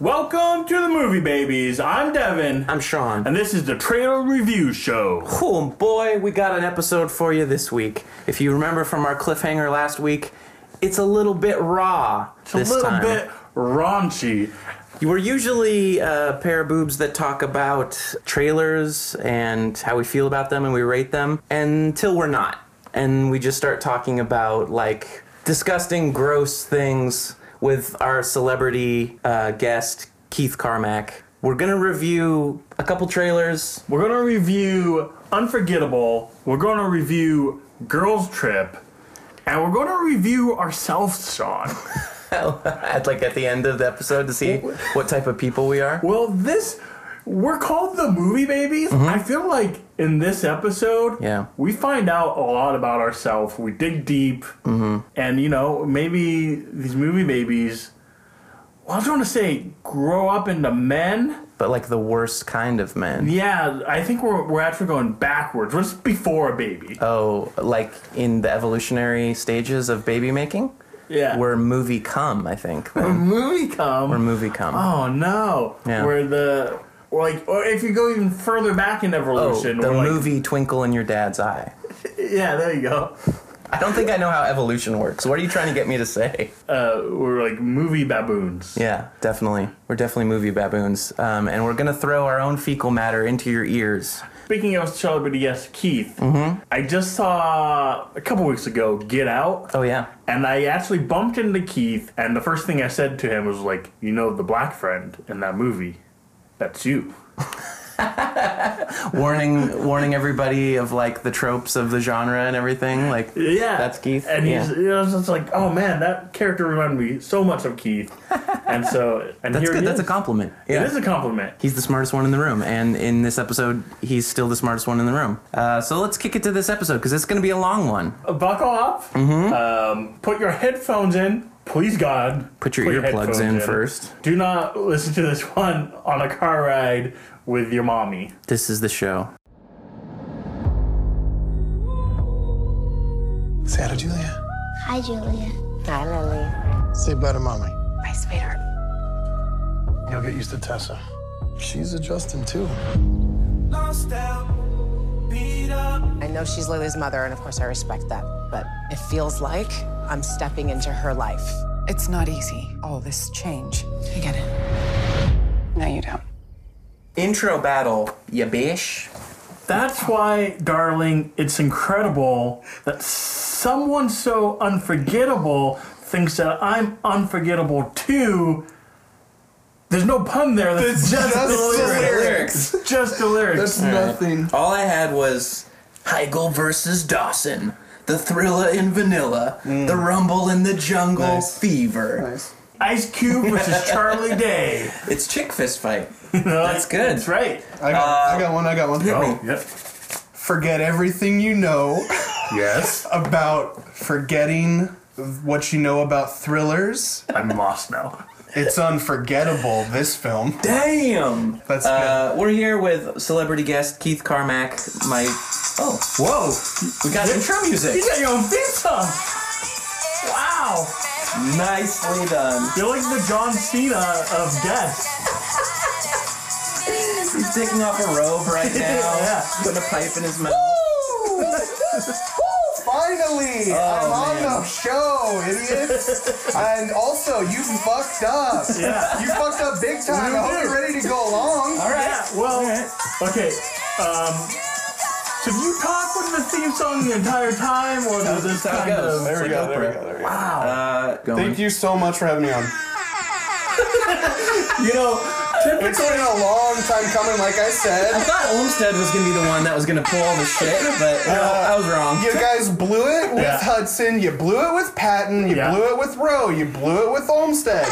Welcome to the Movie Babies. I'm Devin, I'm Sean. and this is the Trailer Review Show. Cool boy, we got an episode for you this week. If you remember from our cliffhanger last week, it's a little bit raw It's this a little time. bit raunchy. You were usually a pair of boobs that talk about trailers and how we feel about them and we rate them until we're not. And we just start talking about like disgusting, gross things with our celebrity uh, guest, Keith Carmack. We're gonna review a couple trailers. We're going to review Unforgettable, we're going to review Girls Trip, and we're going to review ourselves, Sean. at like at the end of the episode to see what type of people we are. Well, this we're called the movie babies. I feel like in this episode, Mm-hmm. Yeah. we find out a lot about ourselves. We dig deep, Mm-hmm. and you know, maybe these movie babies. Well, I was going to say grow up into men. But like the worst kind of men. Yeah, I think we're we're actually going backwards. We're just before a baby. Oh, like in the evolutionary stages of baby making? yeah, We're movie cum, I think. a Then. movie We're come. movie cum. Oh no, Yeah. where the or like, or if you go even further back in Oh, evolution, the we're like- movie Twinkle in Your Dad's Eye. yeah, there you go. I don't think I know how evolution works. What are you trying to get me to say? uh, we're like movie baboons. Yeah, definitely. We're definitely movie baboons. Um, and we're going to throw our own fecal matter into your ears. Speaking of celebrity guest Keith, Mm-hmm. I just saw a couple weeks ago Get Out, Oh, yeah. and I actually bumped into Keith, and the first thing I said to him was like, "You know the black friend in that movie, that's you." warning warning everybody of like the tropes of the genre and everything like Yeah, That's Keith? And he's Yeah. you know, it's just like, "Oh man, that character reminded me so much of Keith," and so and that's here good he that's a is. compliment It is a compliment. he's the smartest one in the room and in this episode he's still the smartest one in the room uh, so let's kick it to this episode because it's going to be a long one Uh, Buckle up. Mm-hmm. Um, put your headphones in. Please, God. Put your earplugs headphones in first. Do not listen to this one on a car ride with your mommy. this is the show Say hi to Julia. Hi, Julia. Hi, Lily. Say bye to mommy. My sweetheart. You'll get used to Tessa. She's adjusting too. I know she's Lily's mother, and of course I respect that, but it feels like I'm stepping into her life. It's not easy, all this change. I get it. No, you don't. intro battle ya bish That's why, darling, it's incredible that someone so unforgettable thinks that I'm unforgettable too. There's no pun there. That's It's just, the just the lyrics. lyrics. It's just the lyrics. That's nothing. all i had was heigl versus dawson the thriller in vanilla the rumble in the jungle Mm. Nice. fever Ice Cube versus Charlie Day. it's chick fist fight That's good. That's right. I got, I got one. I got one. Oh, yep. Forget everything you know Yes. about forgetting what you know about thrillers. I'm lost now. It's unforgettable. This film. Damn. That's uh, We're here with celebrity guest Keith Carmack. My oh, Whoa. we got intro music. You got your own theme song. Wow. Nicely done. You're like the John Cena of death. He's taking off a robe right now. Yeah. Putting a pipe in his mouth. Finally, I'm on the show, idiots. and also, you fucked up. Yeah. You fucked up big time. I hope you're ready to go along. All right. Yeah, well, okay. Um, so do you talk with the theme song the entire time, or does this how it kind goes. of... There we go. There we go. There we go. Wow. Uh, going. Thank you so much for having me on. You know, typically... It's been a long time coming, like I I said. thought Olmstead was gonna be the one that was gonna pull all the shit, but no, I was wrong. You guys blew it with Yeah. Hudson, you blew it with Patton, you Yeah. blew it with Rowe, you blew it with Olmstead.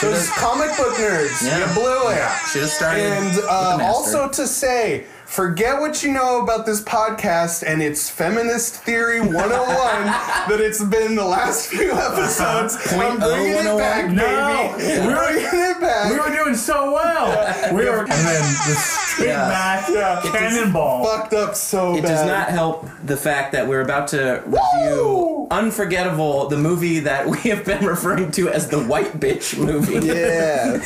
Those comic book nerds, Yeah. you blew it. Should have started. And with uh, the master. also to say, forget what you know about this podcast and its feminist theory 101 that it's been the last few episodes. I'm bringing it back, 0.001. No. baby. We're bringing it back. We were doing so well. We were and then this big Yeah. back Yeah. cannonball. fucked up so it bad. does not help the fact that we're about to review Unforgettable, the movie that we have been referring to as the white bitch movie. Yeah.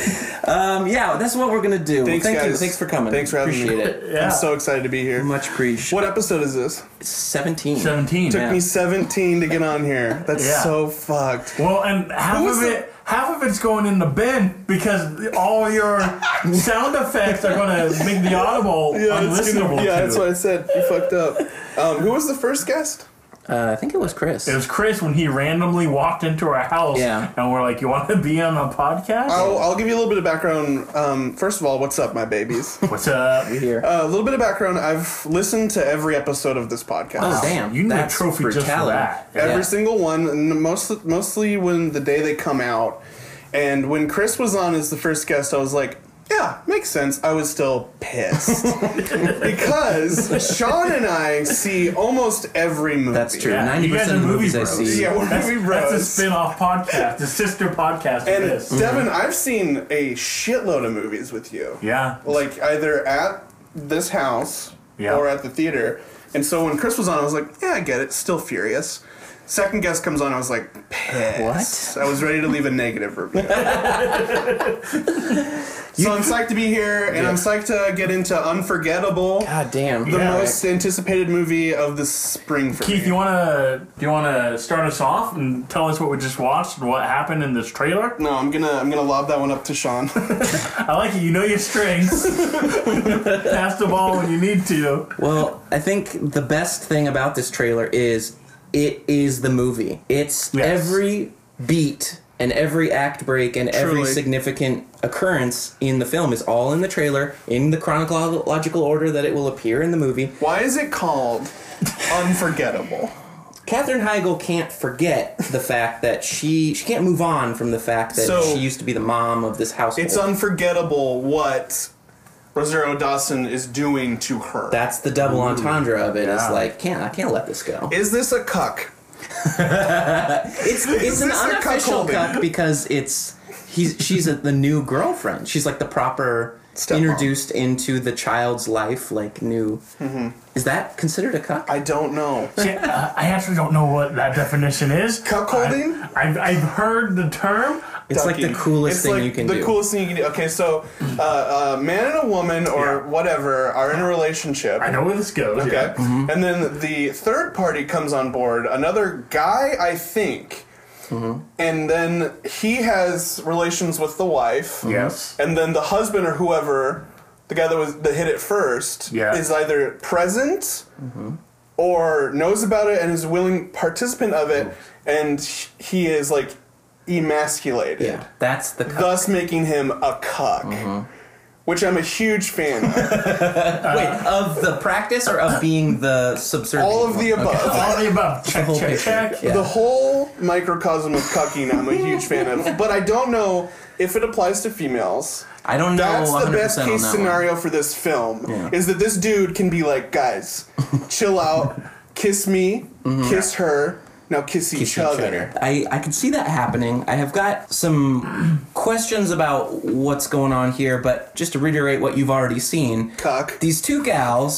Um, yeah, that's what we're gonna do. Thanks, Thank you. guys. Thanks for coming. Thanks for having Appreciate me. it. Yeah. I'm so excited to be here. Much appreciated. What episode is this? Seventeen. 17. Took Yeah. me 17 to get on here. That's Yeah. so fucked. Well, and half Who's of the- it, half of it's going in the bin because all your sound effects are going to make the audible that's unlistenable. gonna- yeah, to that's what I said. You fucked up. Um, who was the first guest? Uh, I think it was Chris. it was Chris when he randomly walked into our house, Yeah. and we're like, "You want to be on a podcast? I'll, I'll give you a little bit of background. Um, first of all, what's up, my babies? What's up? here. Uh, a little bit of background. I've listened to every episode of this podcast. oh damn! You need a that's trophy just for brutality. that. Every Yeah. single one, and most, mostly when the day they come out. And when Chris was on as the first guest, I was like, yeah, makes sense. I was still pissed. because Sean and I see almost every movie. That's true. Yeah, Ninety you guys are percent of movie movies I bros. see. Yeah, we're That's, movie that's a bros. spin-off podcast, the sister podcast And of this. Devin, I've seen a shitload of movies with you. Yeah. Like either at this house Yeah. or at the theater. And so when Chris was on, I was like, yeah, I get it. Still furious. Second guest comes on, I was like, pissed. I was ready to leave a negative review. so I'm psyched to be here, and I'm psyched to get into Unforgettable, God damn. the Yeah. most anticipated movie of the spring for Keith, me. you wanna do you wanna start us off and tell us what we just watched and what happened in this trailer? no, I'm gonna I'm gonna lob that one up to Sean. I like it. You know your strengths. Pass the ball when you need to. Well, I think the best thing about this trailer is it is the movie. It's Yes. every beat and every act break and every Truly. significant occurrence in the film is all in the trailer in the chronological order that it will appear in the movie. Why is it called Unforgettable? Katherine Heigl can't forget the fact that she she can't move on from the fact that So- she used to be the mom of this household. It's unforgettable what Rosario Dawson is doing to her. That's the double entendre of it. yeah. It's like can't I can't let this go. is this a cuck? It's it's an this a unofficial cuckolding? cuck because it's he's she's a, the new girlfriend. She's like the proper Stepmom. introduced into the child's life, like new. Is that considered a cuck? Mm-hmm. I don't know. See, uh, I actually don't know what that definition is. Cuckolding? I, I've, I've heard the term. it's like Ducky. the coolest It's thing like you can the do. coolest thing you can do. Okay, so uh, a man and a woman or Yeah. whatever are in a relationship. I know where this goes. Okay, yeah. Mm-hmm. and then the third party comes on board, another guy, I think, Mm-hmm. and then he has relations with the Mm-hmm. wife. Yes. and then the husband or whoever, the guy that was that hit it first, Yeah. is either present Mm-hmm. or knows about it and is willing participant of it, and h- he is like emasculated, yeah, Mm-hmm. that's the cuck. thus making him a cuck, which I'm a huge fan of. Wait, of the practice or of being the subservient? All of the one? above. All the above. Check, whole check, picture. check. Yeah. The whole microcosm of cucking, I'm a huge fan of, but I don't know if it applies to females. I don't know. That's the 100% best on case that one. scenario for this film Yeah. is that this dude can be like, guys, chill out, kiss me, Mm-hmm. kiss her, now kiss, each, other. I, I can see that happening. I have got some questions about what's going on here, but just to reiterate what you've already seen, Cuck. these two gals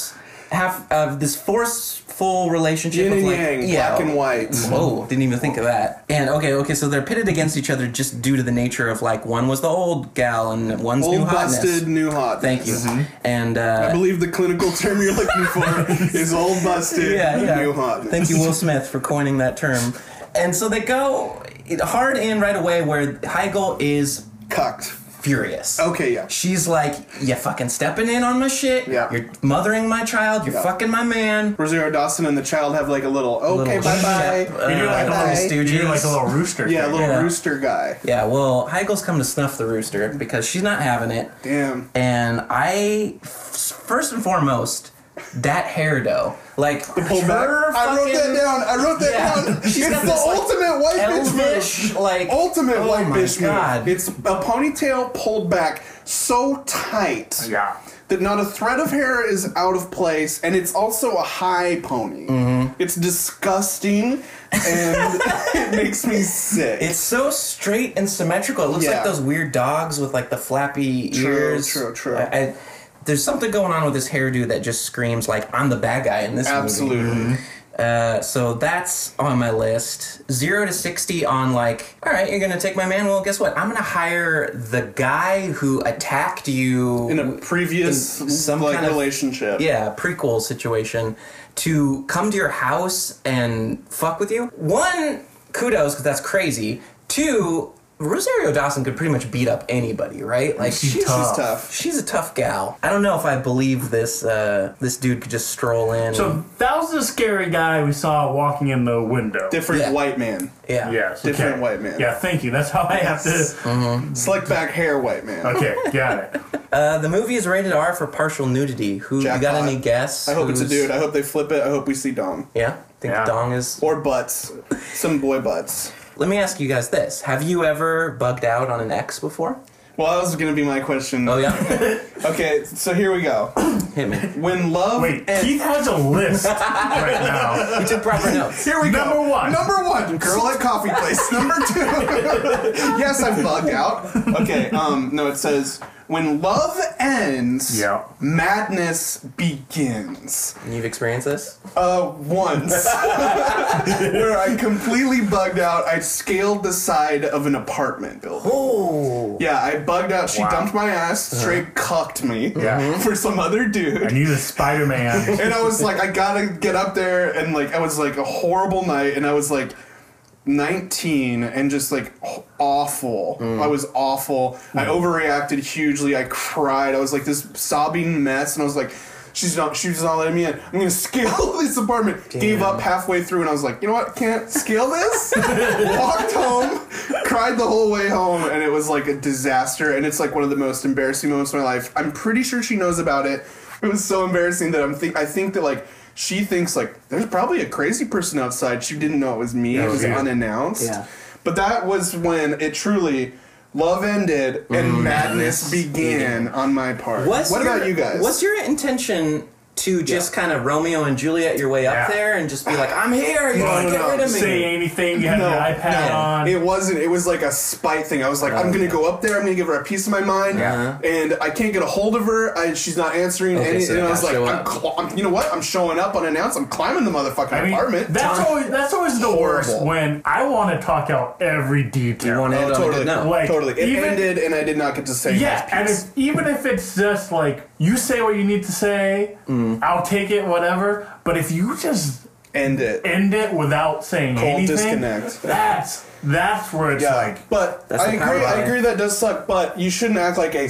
have have this forceful relationship Yin of and like yang, yeah, black and white. Whoa, didn't even think of that. And okay, okay, so they're pitted against each other just due to the nature of like one was the old gal and one's new Old hotness. busted, Mm-hmm. new hot. Thank you. And uh, I believe the clinical term you're looking for is old busted, yeah, yeah. new hot. Thank you, Will Smith, for coining that term. And so they go hard in right away where Heigl is Cucked. furious. Okay, yeah. She's like, you fucking stepping in on my shit. Yeah. You're mothering my child. You're Yeah. fucking my man. Rosario Dawson and the child have like a little, okay, Little bye shep, bye. uh, You're like, a Bye-bye. little, Stooges. you're like a little rooster. yeah, little Yeah. rooster guy. Yeah, well, Heigl's come to snuff the rooster because she's not having it. Damn. And I, f- first and foremost, that hairdo. Like, the Pullback. I wrote that down. I wrote that Yeah. down. She's it's got the this, like, ultimate white bitch elvish, move. like- ultimate Oh white my bitch God. move. It's a ponytail pulled back so tight Yeah. that not a thread of hair is out of place, and it's also a high pony. Mm-hmm. It's disgusting, and it makes me sick. It's so straight and symmetrical. It looks Yeah. like those weird dogs with like the flappy True, ears. true, true. I, I- there's something going on with this hairdo that just screams like I'm the bad guy in this movie. absolutely. Uh, so that's on my list. Zero to 60 on, like, all right, you're going to take my man. Well, guess what? I'm going to hire the guy who attacked you in a previous in some like kind of- relationship. yeah, prequel situation to come to your house and fuck with you. One, kudos because that's crazy. Two, Rosario Dawson could pretty much beat up anybody, right? Like she's, she's tough. She's a tough gal. I don't know if I believe this. Uh, this dude could just stroll in. So that was the scary guy we saw walking in the window. Different Yeah. white man. yeah, yes, different okay. white man. Yeah, thank you. That's how I have to. Mm-hmm. Slick back hair white man. Okay, got it. Uh, the movie is rated R for partial nudity. Who you got Jackpot. any guess? I hope it's a who's- dude. I hope they flip it. I hope we see Dong. Yeah, think Yeah. dong is. Or butts. Some boy butts. Let me ask you guys this: Have you ever bugged out on an ex before? Well, that was going to be my question. Oh yeah, Okay, so here we go. hit me. When love Wait, and Keith has a list right now. You took proper notes. Here we go. Number one. Number one. Girl at coffee place. Number two. yes, I bugged out. Okay. Um. No, it says when love ends. Yeah. Madness begins. You've experienced this? Uh, once where I completely bugged out. I scaled the side of an apartment building. Oh. Yeah, I bugged out. She Wow. Uh-huh. dumped my ass. Straight cucked me. Yeah. Mm-hmm. For some other dude. I need a Spider Man. and I was like, I gotta get up there, and like, I was like a horrible night, and I was like. 19 and just like h- awful. Mm. I was awful. I overreacted hugely. I cried. I was like this sobbing mess and I was like she's not she's not letting me in. I'm going to scale this apartment. Gave up halfway through and I was like, "You know what? Can't scale this." Walked home, cried the whole way home and it was like a disaster and it's like one of the most embarrassing moments of my life. I'm pretty sure she knows about it. It was so embarrassing that I'm think I think that like she thinks like there's probably a crazy person outside. She didn't know it was me. it was yeah. unannounced. Yeah. But that was when it truly love ended and madness began on my part. What's what your- about you guys? What's your intention to just kind of Romeo and Juliet your way up Yeah. there and just be like, I'm here, you gotta no, get no, rid of me? Say anything. You had No, your iPad no. on. it wasn't. It was like a spite thing. I was like, I'm gonna go up there. I'm gonna give her a piece of my mind, Yeah. and I can't get a hold of her. I, she's not answering. Okay, any, so and I was gotta like, show I'm, up. cl- I'm- you know what? I'm showing up unannounced. I'm climbing the motherfucking I mean, apartment. that's always that's always the worst Horrible. when I want to talk out every detail. You want to Oh, end on a totally, good note. Like, totally. It even- ended, and I did not get to say. yeah, my and piece. if, even if it's just like you say what you need to say, Mm. I'll take it, whatever. But if you just end it. end it without saying Cold anything, disconnect. that's that's where it's Yeah, like but That's I the power agree. I line. agree that does suck. But you shouldn't act like a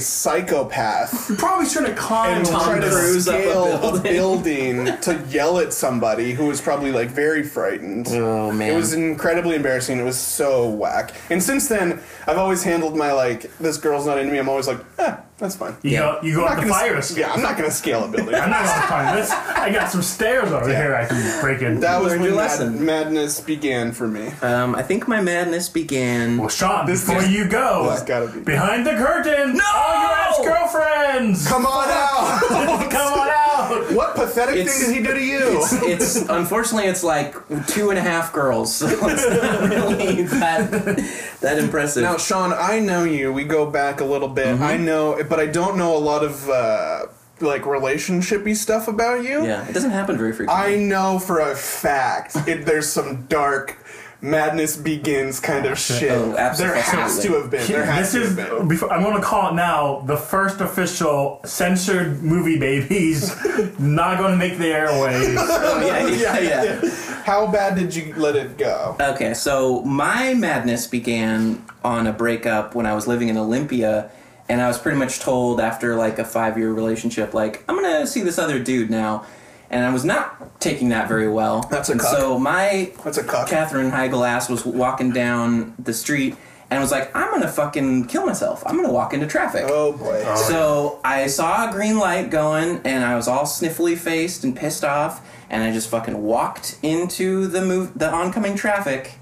psychopath you probably shouldn't climb and Tom try to Cruise up a scale a building to yell at somebody who was probably like very frightened. Oh, man. it was incredibly embarrassing. It was so whack. And since then, I've always handled my like this girl's not into me. I'm always like, eh, that's fine. You go you go I'm up not the gonna- fire escape. Yeah, I'm not gonna scale a building. I'm not gonna climb this. I got some stairs over here I can break in. that was Learned when your mad- lesson. madness began for me. Um, I think my madness began. well, Sean, before is- you go, This has gotta be- behind the curtain, No! all your ass girlfriends, Come on out! come on out. what pathetic It's- thing did he do to you? It's unfortunately it's like two and a half girls, so it's not really that that impressive. Now, Sean, I know you. We go back a little bit. Mm-hmm. I know, but I don't know a lot of uh, like relationshipy stuff about you. yeah, it doesn't happen very frequently. I know for a fact it, there's some dark madness begins kind of shit. Oh, absolutely. There has to have been. There has This is to have been. before, I'm gonna call it now the first official censored movie babies not gonna make the airways. Oh, yeah, yeah, yeah. How bad did you let it go? Okay, so my madness began on a breakup when I was living in Olympia, and I was pretty much told after like a five year relationship, like, I'm gonna see this other dude now. And I was not taking that very well. That's a and cuck. So my That's a cuck. Catherine Heigl ass was walking down the street and was like, I'm gonna fucking kill myself. I'm gonna walk into traffic. Oh boy. So I saw a green light going, and I was all sniffly faced and pissed off, and I just fucking walked into the move the oncoming traffic,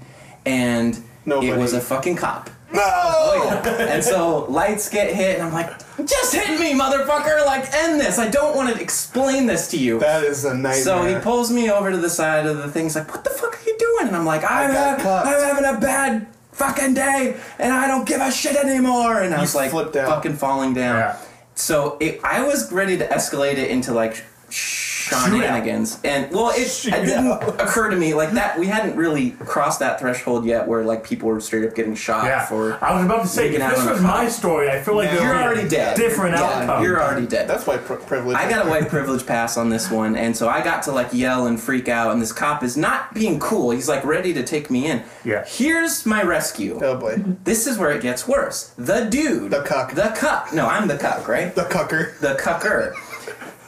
and Nobody. Oh. it was a fucking cop. no. Oh, and so lights get hit, and I'm like, just hit me, motherfucker! Like, end this. I don't want to explain this to you. That is a nightmare. So he pulls me over to the side of the thing. He's like, "What the fuck are you doing?" And I'm like, "I'm, got ha- cuffed. I'm having a bad fucking day, and I don't give a shit anymore." And I was like, flipped out. fucking falling down. Yeah. So it, I was ready to escalate it into like, sh- shenanigans. And well, it, it didn't occur to me like that. We hadn't really crossed that threshold yet, where like people were straight up getting shot Yeah. for. I was about to say, if making out this on a was my cop. story, I feel like there You're would be already a dead. different Yeah, outcome. You're already dead. That's why pri- privilege. I got a white privilege pass on this one, and so I got to like yell and freak out. And this cop is not being cool. He's like ready to take me in. Yeah. Here's my rescue. Oh boy, This is where it gets worse. The dude. The cuck. The cuck. No, I'm the cuck, right? the cucker. the cucker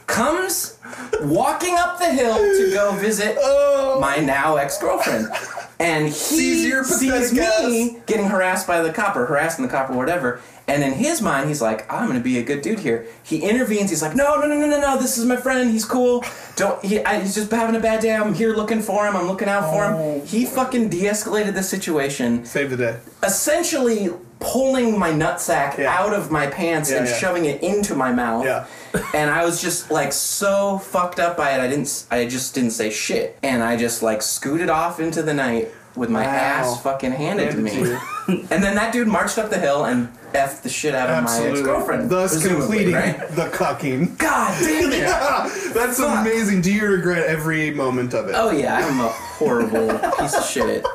comes walking up the hill to go visit my now ex-girlfriend and he Sees your pathetic sees me getting harassed by the cop or harassing the cop or whatever and in his mind he's like i'm gonna be a good dude here he intervenes he's like no no no no no no this is my friend he's cool don't he, I, he's just having a bad day i'm here looking for him i'm looking out for Oh, him he fucking de-escalated the situation Save the day. essentially pulling my nutsack Yeah. out of my pants Yeah, and yeah. shoving it into my mouth. Yeah. and I was just like so fucked up by it. I didn't. s- I just didn't say shit. And I just like scooted off into the night with my Wow. ass fucking handed to me. and then that dude marched up the hill and effed the shit out of my ex girlfriend. Thus completing Right? the cucking. God damn it. That's amazing. Do you regret every moment of it? Oh yeah, I'm a horrible piece of shit.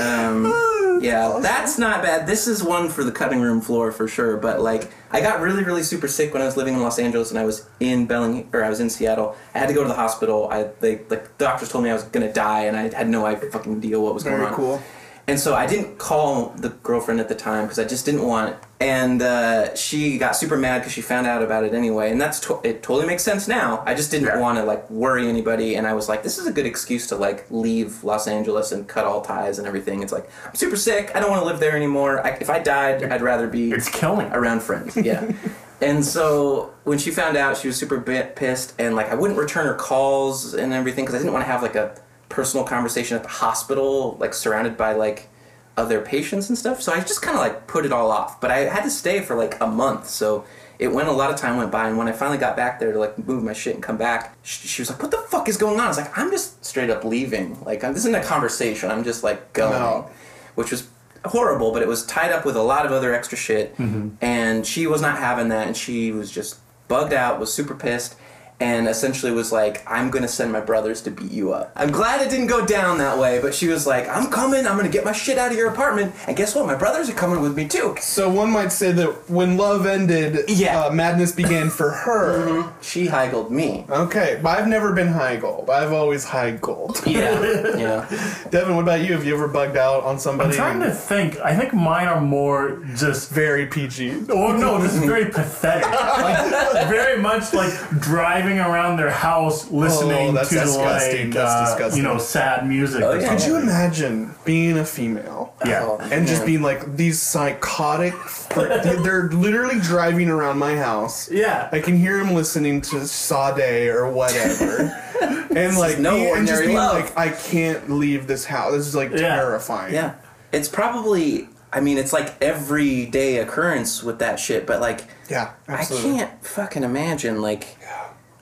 Um, yeah, that's not bad. This is one for the cutting room floor for sure. But like, I got really, really super sick when I was living in Los Angeles, and I was in Belling, or I was in Seattle. I had to go to the hospital. I they like the doctors told me I was gonna die, and I had no I fucking deal what was Very going on. cool. And so I didn't call the girlfriend at the time because I just didn't want. It. And uh, she got super mad because she found out about it anyway. And that's to- it. Totally makes sense now. I just didn't want to like worry anybody. And I was like, this is a good excuse to like leave Los Angeles and cut all ties and everything. It's like I'm super sick. I don't want to live there anymore. I, if I died, I'd rather be It's killing. around friends. Yeah. and so when she found out, she was super bit pissed, and like I wouldn't return her calls and everything because I didn't want to have like a personal conversation at the hospital, like surrounded by like other patients and stuff. So I just kind of like put it all off. But I had to stay for like a month, so it went. A lot of time went by, and when I finally got back there to like move my shit and come back, she, she was like, "What the fuck is going on?" I was like, "I'm just straight up leaving. Like I'm, this isn't a conversation. I'm just like going." No. which was horrible, but it was tied up with a lot of other extra shit. And she was not having that, and she was just bugged out, was super pissed, and essentially was like, I'm gonna send my brothers to beat you up. I'm glad it didn't go down that way, but she was like, I'm coming, I'm gonna get my shit out of your apartment, and guess what? My brothers are coming with me too. So one might say that when love ended, Yeah. Mm-hmm. uh, madness began for her. She heigled me. Okay, but I've never been high gold. I've always high gold. Yeah, yeah. Devin, what about you? Have you ever bugged out on somebody? I'm trying to think. I think mine are more just. Very PG. Oh no, this is very pathetic. Like, very much like driving around their house listening Oh, that's to disgusting. like That's uh, disgusting. you know sad music. Oh, or yeah. something. Could you imagine being a female? Uh, Yeah. And just being like these psychotic. frick- they're literally driving around my house. Yeah. I can hear him listening to Sade or whatever. and like no be- and just ordinary being love. like, I can't leave this house. This is like Yeah. terrifying. Yeah. It's probably, I mean, it's like everyday occurrence with that shit, but like, Yeah, absolutely. I can't fucking imagine, like,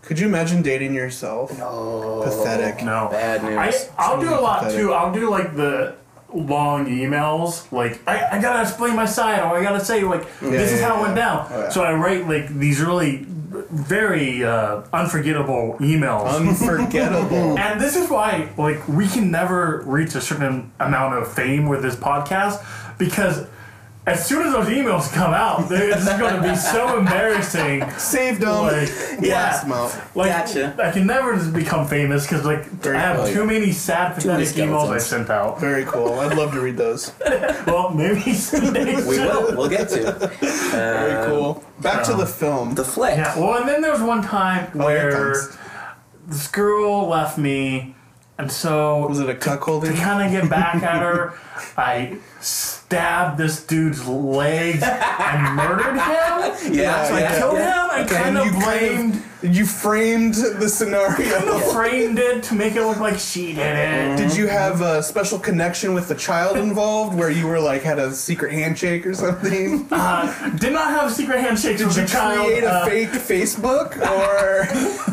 Could you imagine dating yourself? No. Pathetic. No. Bad news. I, I'll do a lot pathetic. too. I'll do like the long emails. Like I, I gotta explain my side, or I gotta say like this is yeah, how it went yeah. down. Oh, yeah. So I write like these really very uh, unforgettable emails. Unforgettable. and this is why like we can never reach a certain amount of fame with this podcast because as soon as those emails come out, they're- this is going to be so embarrassing. Saved them. Like, Blast yeah, them out. like Gotcha. I can never just become famous because like I have cool. too many sad, many pathetic emails I skeletons. sent out. Very cool. I'd love to read those. well, maybe someday. we will. We'll get to Very cool. Back to the film. Uh, the flick. Yeah. Well, and then there was one time Oh, here it where comes. this girl left me, and so was it a to cuckolding? kind of get back at her, I stabbed this dude's legs and murdered him. Yeah, So I yeah, killed yeah. him. I Okay, kind of you blamed. framed you framed the scenario. Framed it to make it look like she did it. Did you have a special connection with the child involved, where you were like had a secret handshake or something? Did not have a secret handshake Mm-hmm. Did with you the child. create a uh, fake Facebook or?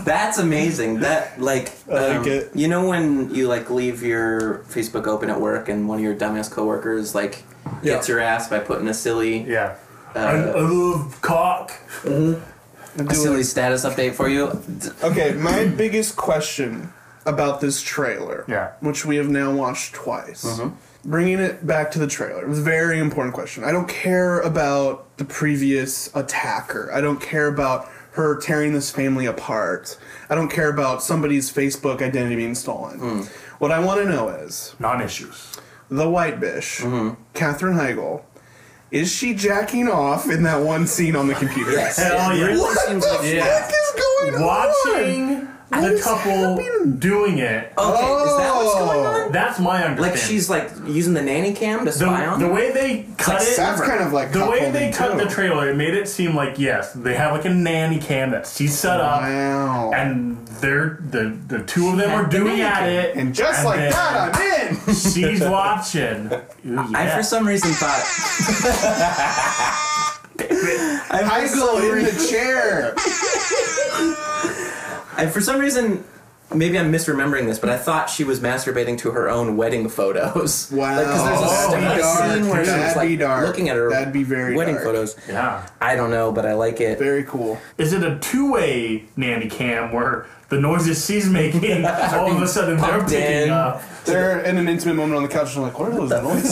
That's amazing. That like, like um, it. you know when you like leave your Facebook open at work and one of your dumbass coworkers like Yeah. gets your ass by putting a silly yeah. I, I love cock. A silly status update for you. Okay, my biggest question about this trailer, Yeah. Mm-hmm. which we have now watched twice, bringing it back to the trailer, it was a very important question. I don't care about the previous attacker. I don't care about her tearing this family apart. I don't care about somebody's Facebook identity being stolen. Mm. What I want to know is Non issues. the white bish, Katherine Heigl. Is she jacking off in that one scene on the computer? Hell yeah. Really seems like What is going on? Watching the couple doing it, Oh. Okay, is that what's going on? that's my understanding. Like she's like using the nanny cam to spy the, on. the way they cut like it. That's kind of like the cop way they holding, cut too. the trailer, it made it seem like yes, they have like a nanny cam that she set up, Wow. and they're the the two of them are doing at it, And just like then that, I'm in. she's watching. Ooh, I yeah. for some reason thought I go in the chair. I for some reason maybe I'm misremembering this, but I thought she was masturbating to her own wedding photos. Wow. because there's a, Oh, st- a dark. scene where she's That'd be like dark. looking at her That'd be very wedding dark. photos. yeah. I don't know, but I like it. Very cool. Is it a two way nanny cam where the noises she's making all of a sudden they're Pumped picking in. up? They're in an intimate moment on the couch, and I'm like, what are those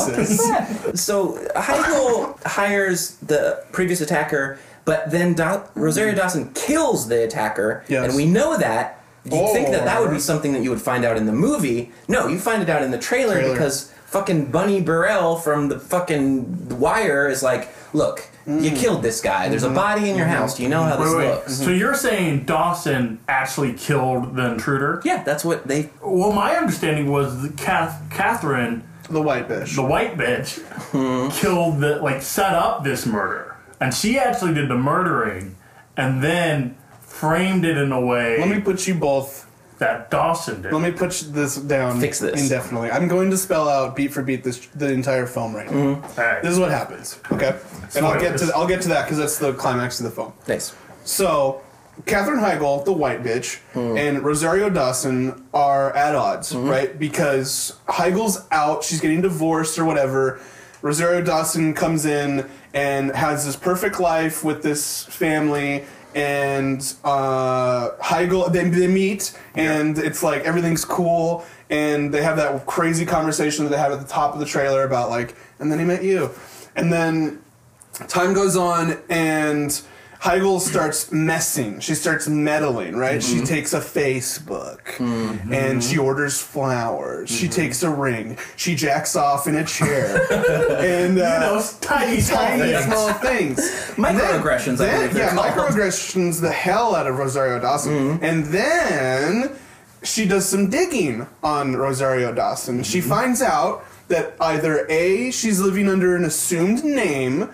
noises? So Heigl hires the previous attacker, but then Daw- Rosario Dawson kills the attacker, Hmm. Yes. Oh. and we know that. You would think that that would Or- be something that you would find out in the movie? No, you find it out in the trailer, Trailer. because fucking Bunny Burrell from the fucking Wire is like, look, Hmm. you killed this guy. There's a body in your house. Do you know how this Wait, wait. looks? So you're saying Dawson actually killed the intruder? Yeah, that's what they. Well, my understanding was that Kath- Catherine, the white bitch. the white bitch, Mm-hmm. killed the like set up this murder, and she actually did the murdering, and then framed it in a way Let me put you both. that Dawson did. Let me put this down. Fix this. indefinitely. I'm going to spell out beat for beat this the entire film right now. All right. This is what happens. Okay, and I'll get to I'll get to that because that's the climax of the film. Nice. So, Katherine Heigl, the white bitch, and Rosario Dawson are at odds, right? Because Heigl's out, she's getting divorced or whatever. Rosario Dawson comes in and has this perfect life with this family, and uh, Heigl, they, they meet, and it's like everything's cool, and they have that crazy conversation that they have at the top of the trailer about, like, and then he met you. And then time goes on and Heigl starts messing. She starts meddling, right? Mm-hmm. She takes a Facebook and she orders flowers. Mm-hmm. She takes a ring. She jacks off in a chair. and uh, Those tiny, tiny tiny small things. Microaggressions, I Then, believe they're yeah, called. Mm-hmm. microaggressions the hell out of Rosario Dawson. And then she does some digging on Rosario Dawson. She Mm-hmm. finds out that either A, she's living under an assumed name,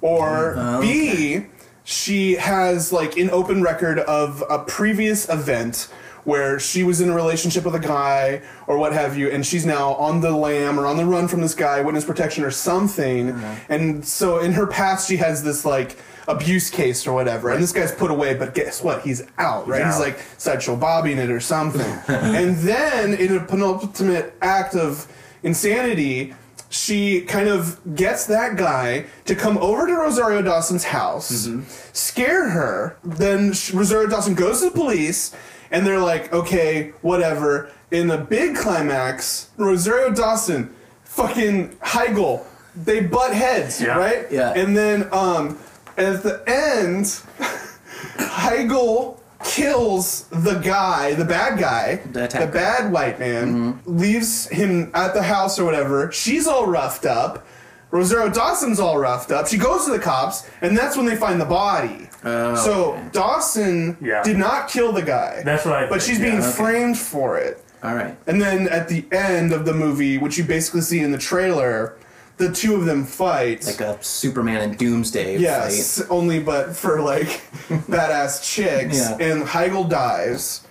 or B, she has like an open record of a previous event where she was in a relationship with a guy or what have you, and she's now on the lam or on the run from this guy, witness protection or something. And so in her past, she has this like abuse case or whatever, and this guy's put away, but guess what? He's out, right? He's like sexual bobbing it or something. and then in a penultimate act of insanity, she kind of gets that guy to come over to Rosario Dawson's house, Mm-hmm. scare her. Then sh- Rosario Dawson goes to the police, and they're like, okay, whatever. In the big climax, Rosario Dawson, fucking Heigl, they butt heads, Yeah. right? Yeah. And then um, at the end, Heigl kills the guy, the bad guy, The attacker. bad white man, leaves him at the house or whatever. She's all roughed up. Rosario Dawson's all roughed up. She goes to the cops, and that's when they find the body. Oh, so Dawson Yeah. did not kill the guy. That's what I But think, she's yeah, being framed for it. All right. And then at the end of the movie, which you basically see in the trailer, the two of them fight. Like a Superman and Doomsday Yes, only but for like badass chicks. Yeah. And Heigl dies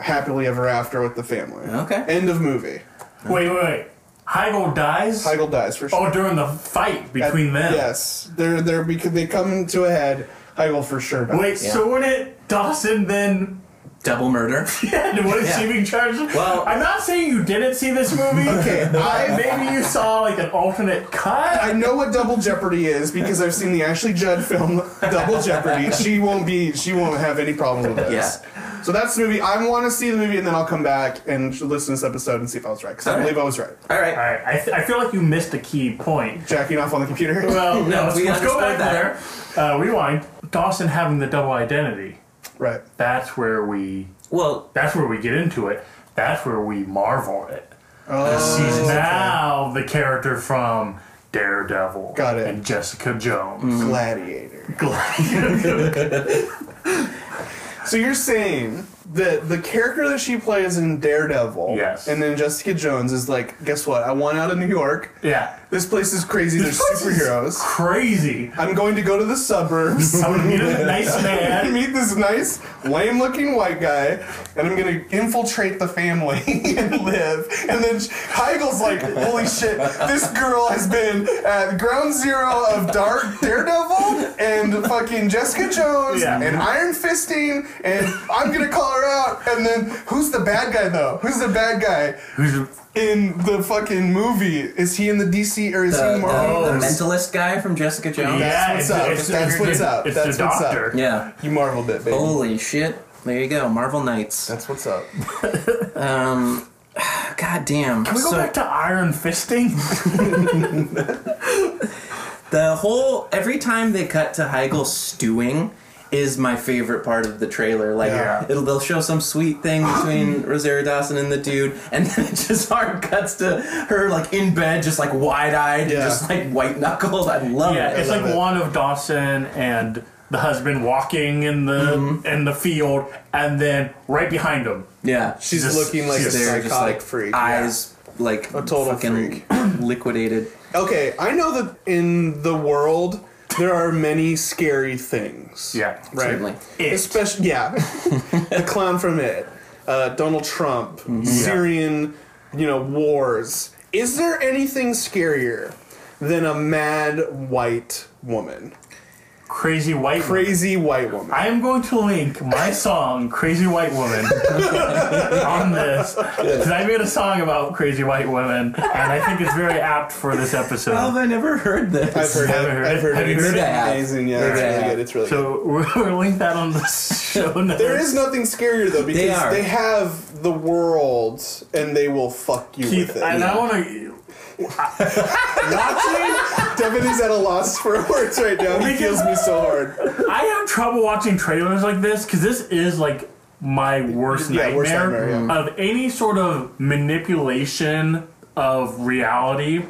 happily ever after with the family. Okay. End of movie. Wait, wait, wait. Heigl dies. Heigl dies for sure. Oh, during the fight between them. Yes, they're they're because they come to a head. Heigl for sure. dies. Wait, so would it Dawson then double murder. And what is she being charged with? Well- I'm not saying you didn't see this movie. Okay, I- maybe you saw like an alternate cut. I know what Double Jeopardy is because I've seen the Ashley Judd film Double Jeopardy. She won't be. She won't have any problem with this. So that's the movie. I want to see the movie and then I'll come back and listen to this episode and see if I was right because I Okay. believe I was right. All right. All right, I, th- I feel like you missed a key point. Jacking off on the computer. Well, no, let's, we let's go back understood there. that. Uh, rewind. Dawson having the double identity. right. That's where we. Well, That's where we get into it. That's where we marvel at it. Uh, She's now the character from Daredevil. Got it. And Jessica Jones. Gladiator. Glad- So you're saying that the character that she plays in Daredevil, Yes. and then Jessica Jones is like, guess what? I want out of New York. yeah. This place is crazy. There's This place is superheroes. Crazy. I'm going to go to the suburbs. I'm gonna meet a nice I man. meet this nice, lame looking white guy, and I'm gonna infiltrate the family and live. And then Heigl's like, holy shit, this girl has been at ground zero of Dark Daredevil and fucking Jessica Jones Yeah. and Iron Fisting, and I'm gonna call her out. And then who's the bad guy though? Who's the bad guy? Who's In the fucking movie, is he in the DC or is The, he Uh, the, in Marvel? the mentalist guy from Jessica Jones. yeah, what's it's- up. it's- That's what's it's- up. It's That's the what's up. doctor. Yeah. You marveled it, baby. Oh. Holy shit. There you go. Marvel Knights. That's what's up. God damn. Can we go So- back to Iron Fisting? The whole every time they cut to Heigl stewing is my favorite part of the trailer. Like Yeah. it'll they'll show some sweet thing between Rosario Dawson and the dude, and then it just hard cuts to her like in bed, just like wide eyed and Yeah. just like white knuckled. I love Yeah, it. it's love like it. one of Dawson and the husband walking in the Mm-hmm. in the field, and then right behind him. Yeah, She's looking like a there, just psychotic like freak, eyes like a total fucking liquidated. Okay, I know that in the world there are many scary things. Yeah. right. Certainly. It. Especially yeah, the clown from it, uh, Donald Trump, Mm-hmm. Syrian, you know, wars. Is there anything scarier than a mad white woman, Crazy white. woman. crazy white woman? I am going to link my song "Crazy White Woman" on this because I made a song about crazy white women, and I think it's very apt for this episode. Oh, I never heard this. I've heard, Haven't it. heard I've it. heard Have it. you It's heard it? amazing. Yeah, Heard it's it. really good. It's really good. So we're going to link that on the show notes. There is nothing scarier though because they, are. have the world and they will fuck you Keith, with it. and I want to. Devin is at a loss for words right now. He feels me so hard. I have trouble watching trailers like this because this is like my worst Yeah, nightmare, worst nightmare, of any sort of manipulation of reality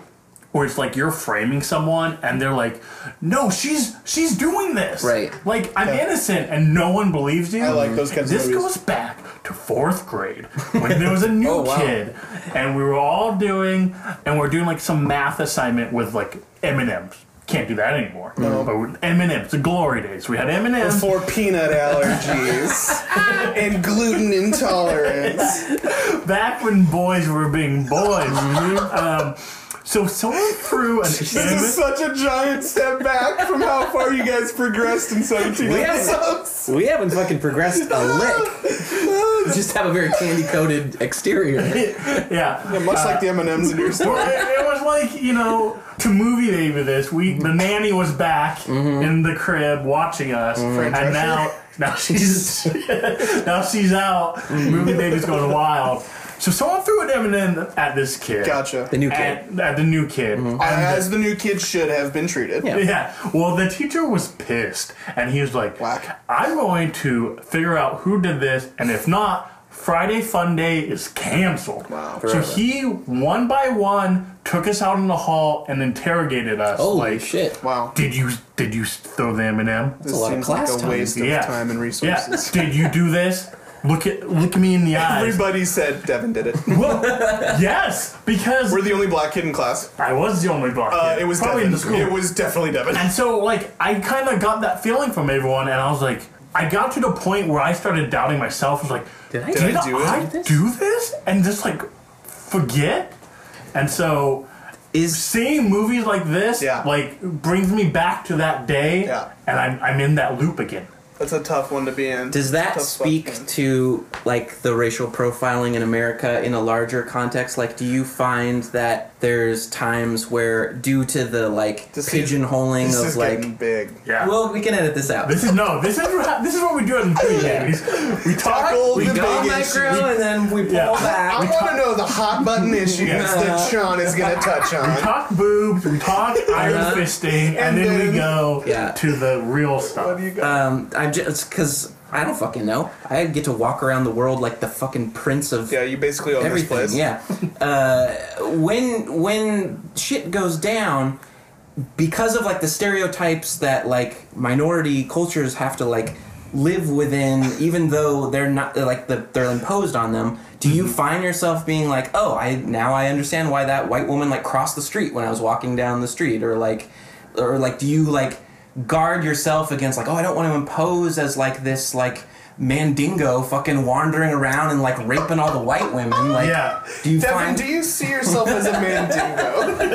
where it's like you're framing someone and they're like no she's she's doing this Right. like i'm innocent and no one believes you I like those kinds of this movies. goes back to fourth grade when there was a new Oh, wow. kid and we were all doing and we're doing like some math assignment with like m&ms can't do that anymore but with m&ms the glory days we had m&ms For peanut allergies and gluten intolerance. back when boys were being boys um, so someone threw an This M- is such a giant step back from how far you guys progressed in 17 We haven't- episodes. we haven't fucking progressed a lick. We just have a very candy coated exterior. yeah Much like the M&Ms in your Well, story. it, it was like you know to movie day with this we the nanny was back Mm-hmm. in the crib watching us and now now she's now she's out Mm-hmm. movie baby's going wild so someone threw an m&m at this kid Gotcha. The new kid. Mm-hmm. at, at the new kid As the new kids should have been treated. Yeah. Yeah. Well, the teacher was pissed, and he was like, Whack. "I'm going to figure out who did this, and if not, Friday Fun Day is canceled." Wow. So he one by one took us out in the hall and interrogated us. Holy like, shit. Wow. Did you did you throw the M and M? This a lot of seems class like a time. waste of Yeah. time and Yeah. resources. did you do this? Look at look me in the eyes. Everybody said Devin did it. Well, yes, because We're the only black kid in class. I was the only black Uh, kid. it was probably Devin. in the school. It was definitely Devin. And so, like, I kind of got that feeling from everyone, and I was like, I got to the point where I started doubting myself. I was like, did I, I do it? this? do this? And just like forget? And so, Is seeing movies like this, Yeah. like, brings me back to that day, Yeah. and I'm, I'm in that loop again. That's a tough one to be in. Does that Tough spot speak be in. to like the racial profiling in America in a larger context? Like, do you find that there's times where, due to the like This is- pigeonholing This of is like, getting big. Yeah. well, we can edit this out. this is no. This is what- this is what we do in the movies. We talk. Tackle we the go big micro issue. and then we pull Yeah. I back. want to Ah, know the hot button issues that Sean is going to touch We on. talk boobs, we talk iron fisting, and, And then, then- we go Yeah. to the real stuff. Um, I'm just because I don't fucking know. I get to walk around the world like the fucking prince of Yeah, you basically own everything. this place. Yeah. Uh, when when shit goes down, because of like the stereotypes that like minority cultures have to like live within, even though they're not they're, like the, they're imposed on them. Do you Mm-hmm. find yourself being like, oh, I now I understand why that white woman like crossed the street when I was walking down the street, or like, or like, do you like guard yourself against like, oh, I don't want to impose as like this like. Mandingo fucking wandering around and like raping all the white women. Like, Yeah. do you Devin, find do you see yourself as a mandingo? Is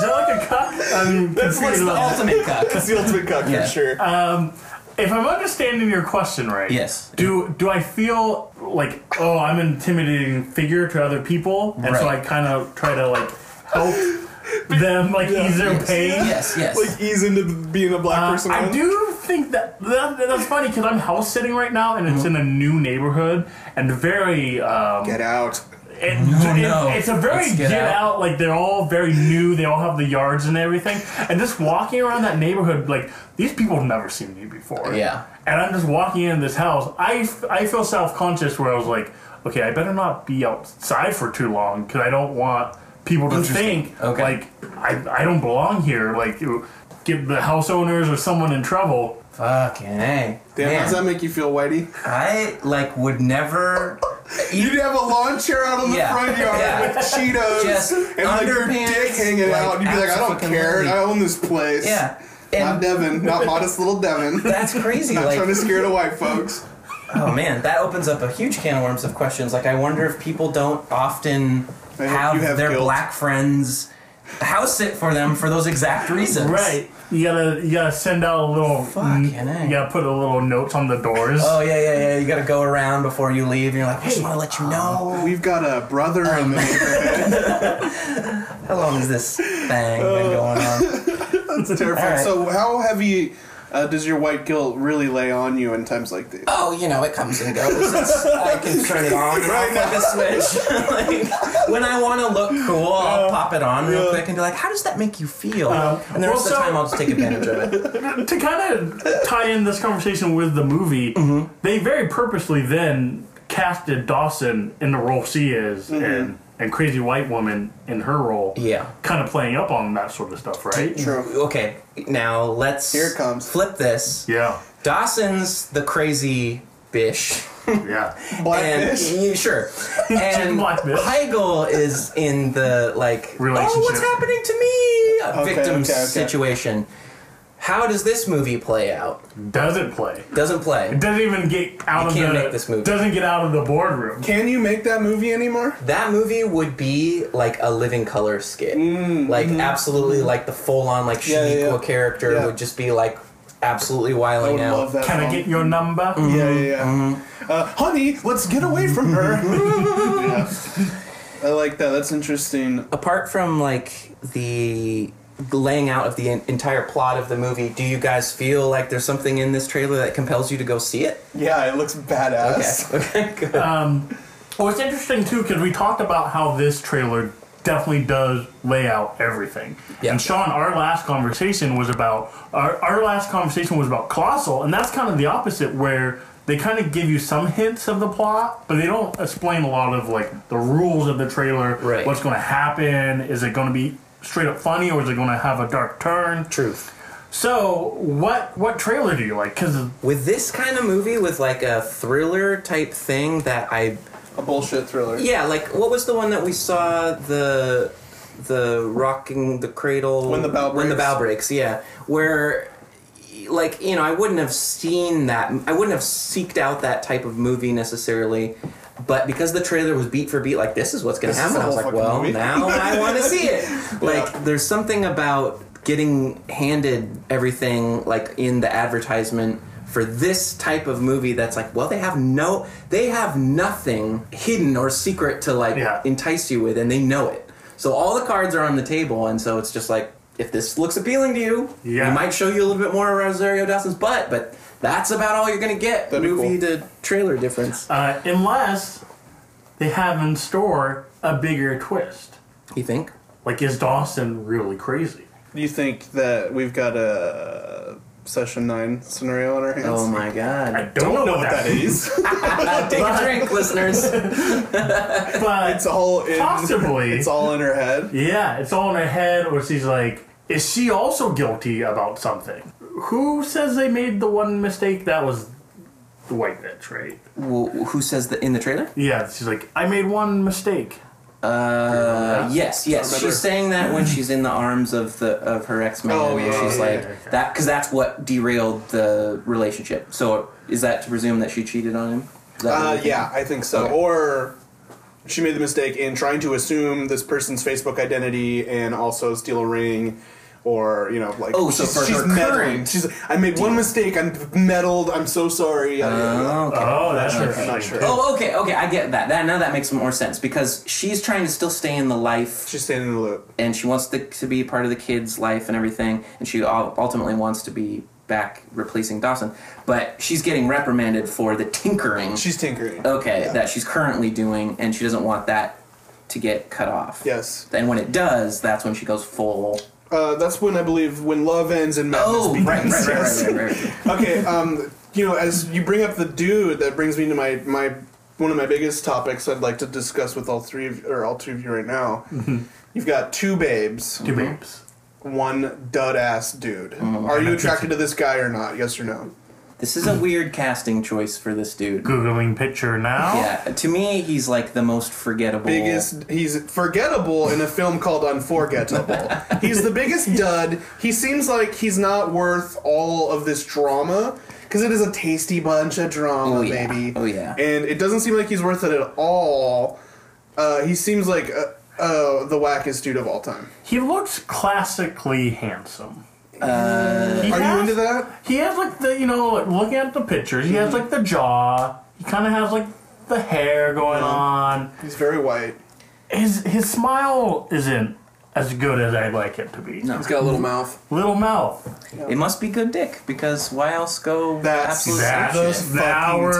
that like a cup? I'm That's like confused the about that. ultimate cuck? That's the ultimate cuck Yeah. for sure. Uh, If I'm understanding your question right, Yes. Do do I feel like oh I'm an intimidating figure to other people, and so I Right. kind of try to like help them like ease their pain? Yes, yes. like ease into being a black Uh, person. I on- do think that, that that's funny because I'm house sitting right now and it's Mm-hmm. in a new neighborhood and very um, Get out. It, it- no. It's a very Let's get, get out. out. Like they're all very new. They all have the yards and everything. And just walking around that neighborhood, like these people have never seen me before. Yeah. And I'm just walking in this house. I, f- I feel self conscious where I was like, okay, I better not be outside for too long because I don't want people to Interesting. think Okay. like I I don't belong here. Like it would get the house owners or someone in trouble. Fucking hey. Damn, how does that Man, make you feel, Whitey? I like would never You'd have a lawn chair out in the Yeah. front yard Yeah. with Cheetos Just and like your underpants, dick hanging like, out. You'd be like, I don't absolutely. care. I own this place. Yeah. Not And Devin. Not modest little Devin. that's crazy. Not trying to Like scare the white folks. oh man, that opens up a huge can of worms of questions. Like I wonder if people don't often I hope have, you have their guilt. black friends house sit for them for those exact reasons. Right. You gotta you gotta send out a little. Fucking A. you gotta put a little notes on the doors. Oh yeah, yeah, yeah. You gotta go around before you leave and you're like, I just wanna let you know. We've got a brother Oh, in the neighborhood. How long has this thing Uh. been going on? That's terrifying. All right. So how heavy uh, does your white guilt really lay on you in times like these? oh, you know, it comes and goes. It's, I can turn it on and Right off like a switch. like, when I want to look cool, I'll pop it on real yeah. quick and be like, how does that make you feel? and the well, rest of so- the time, I'll just take advantage of it. to kind of tie in this conversation with the movie, Mm-hmm. they very purposely then casted Dawson in the role she is, and and Crazy White Woman in her role. Mm-hmm. Yeah. kind of playing up on that sort of stuff, right? True. Okay, now let's Here it comes. flip this. Yeah, Dawson's the crazy bish. yeah. Blackfish. And, yeah, sure. And Blackfish. Heigl is in the like Relationship. Oh, what's happening to me? A Okay, victim okay, okay. situation. How does this movie play out? Doesn't play. Doesn't play. Doesn't even get out You of can't the. make this movie. Doesn't get out of the boardroom. Can you make that movie anymore? That movie would be like a living color skit. like absolutely like the full on like Mm, mm-hmm. Yeah, yeah, Shaniqua yeah. character Yeah. would just be like absolutely I wiling would out. love that. Can I film. get your number? Mm-hmm. Yeah, yeah, yeah. Uh, honey, let's get away from her. Yeah. I like that. That's interesting. Apart from like the laying out of the en- entire plot of the movie, do you guys feel like there's something in this trailer that compels you to go see it? Yeah, it looks badass. Okay, good. Well, it's interesting too because we talked about how this trailer definitely does lay out everything. Yeah. And Sean, our last conversation was about our, our last conversation was about colossal, and that's kind of the opposite where they kind of give you some hints of the plot, but they don't explain a lot of like the rules of the trailer. Right. What's going to happen? Is it going to be straight up funny, or is it going to have a dark turn? Truth. So, what what trailer do you like? Because With this kind of movie, with like a thriller type thing that I A bullshit thriller. yeah, like what was the one that we saw the the rocking the cradle When the Bow when the Breaks. bow breaks yeah where like you know I wouldn't have seen that I wouldn't have seeked out that type of movie necessarily. But because the trailer was beat for beat, like this is what's going This to is happen, the I was like, whole fucking well, movie. now Oh, I want to see it. Like, Yeah. there's something about getting handed everything, like in the advertisement, for this type of movie that's like, well, they have no, they have nothing hidden or secret to like Yeah. entice you with, and they know it. So all the cards are on the table, and so it's just like, if this looks appealing to you, Yeah. we might show you a little bit more of Rosario Dawson's butt, but that's about all you're gonna get. That'd be movie cool. to trailer difference. Uh, unless they have in store a bigger twist. You think? Like, is Dawson really crazy? Do you think that we've got a session nine scenario on our hands? Oh my I god! don't, know, what that is, Take a drink, listeners. but It's all in, Possibly. It's all in her head. yeah, it's all in her head, or she's like, is she also guilty about something? Who says they made the one mistake? That was the white bitch, right? Well, who says that in the trailer? Yeah, she's like, I made one mistake. Uh, yes, yes. remember. She's saying that when she's in the arms of the of her ex man. Oh, and yeah, she's yeah, like yeah, yeah. that because that's what derailed the relationship. So is that to presume that she cheated on him? Is that what Uh, you're yeah, I think so. Okay. Or she made the mistake in trying to assume this person's Facebook identity and also steal a ring. Or you know, like Oh, so she's, for she's her meddling. current She's I made one mistake. I'm meddled. I'm so sorry. I- thinking? Oh, okay. Oh, that's her. I'm not sure. Oh, okay, okay. I get that. That now that makes more sense because she's trying to still stay in the life, She's staying in the loop. and she wants the, to be part of the kid's life and everything, and she ul- ultimately wants to be back replacing Dawson, but she's getting reprimanded for the tinkering. She's tinkering. okay Yeah. that she's currently doing and she doesn't want that to get cut off Yes. then when it does that's when she goes full Uh, that's when I believe when love ends and madness oh begins. right right right, Yes. right right right okay, um, you know, as you bring up the dude, that brings me to my my one of my biggest topics I'd like to discuss with all three of or all two of you right now. You've got two babes, Two babes. one dud ass dude. Are you attracted to this guy or not? Yes or no? this is a weird casting choice for this dude Googling picture now. yeah to me he's like the most forgettable Biggest, he's forgettable in a film called Unforgettable. he's the biggest dud. He seems like he's not worth all of this drama because it is a tasty bunch of drama, Oh, yeah. baby. Oh, yeah. And it doesn't seem like he's worth it at all. Uh, he seems like uh, uh, the wackest dude of all time. He looks classically handsome. Uh, Are you into that? He has like the you know like, looking at the pictures. He has Mm-hmm. like the jaw. He kind of has like the hair going Mm-hmm. on. He's very white. His his smile isn't as good as I'd like it to be. No. He's got a little mouth. Little mouth. it must be good dick because why else go That's absolute that- dipshit? the Now fucking we're-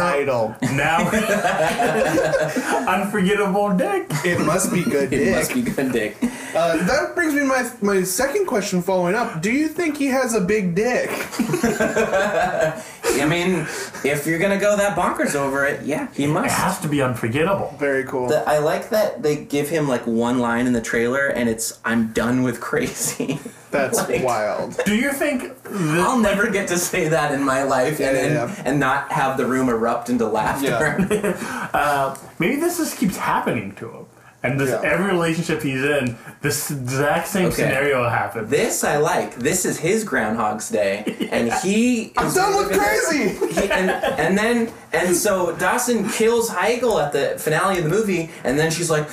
title. Now, unforgettable dick. It must be good. it dick. must be good dick Uh, that brings me to my my second question. Following up, do you think he has a big dick? i mean if you're gonna go that bonkers over it yeah he It must has to be unforgettable. Very cool. The- I like that they give him like one line in the trailer, and it's "I'm done with crazy." That's Like- wild. Do you think? The, I'll never get to say that in my life, and Yeah, yeah, and, yeah. and not have the room erupt into laughter. maybe this just keeps happening to him, and this Yeah. every relationship he's in, this exact same Okay. scenario happens. this I like. This is his Groundhog's Day, and he I'm is done with living- crazy. He, and, and then and so Dawson kills Heigl at the finale of the movie, and then she's like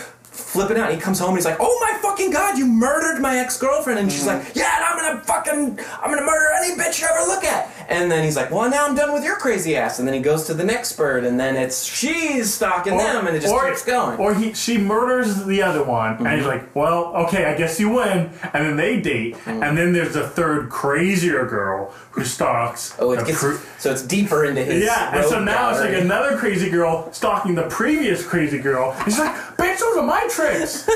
flipping out. And he comes home and he's like, "Oh my fucking god, you murdered my ex girlfriend!" And she's Mm-hmm. like, "Yeah, and I'm gonna fucking I'm gonna murder any bitch you ever look at." And then he's like, "Well, now I'm done with your crazy ass." And then he goes to the next bird, and then it's she's stalking them, and it just or- keeps going. Mm-hmm. Or he, she murders the other one, and he's like, "Well, okay, I guess you win." And then they date, Mm-hmm. and then there's a third crazier girl who stalks. oh, the it gets pre- so it's deeper into his yeah, and so road now it's like gallery. another crazy girl stalking the previous crazy girl. He's like, "Bitch, those are my tricks."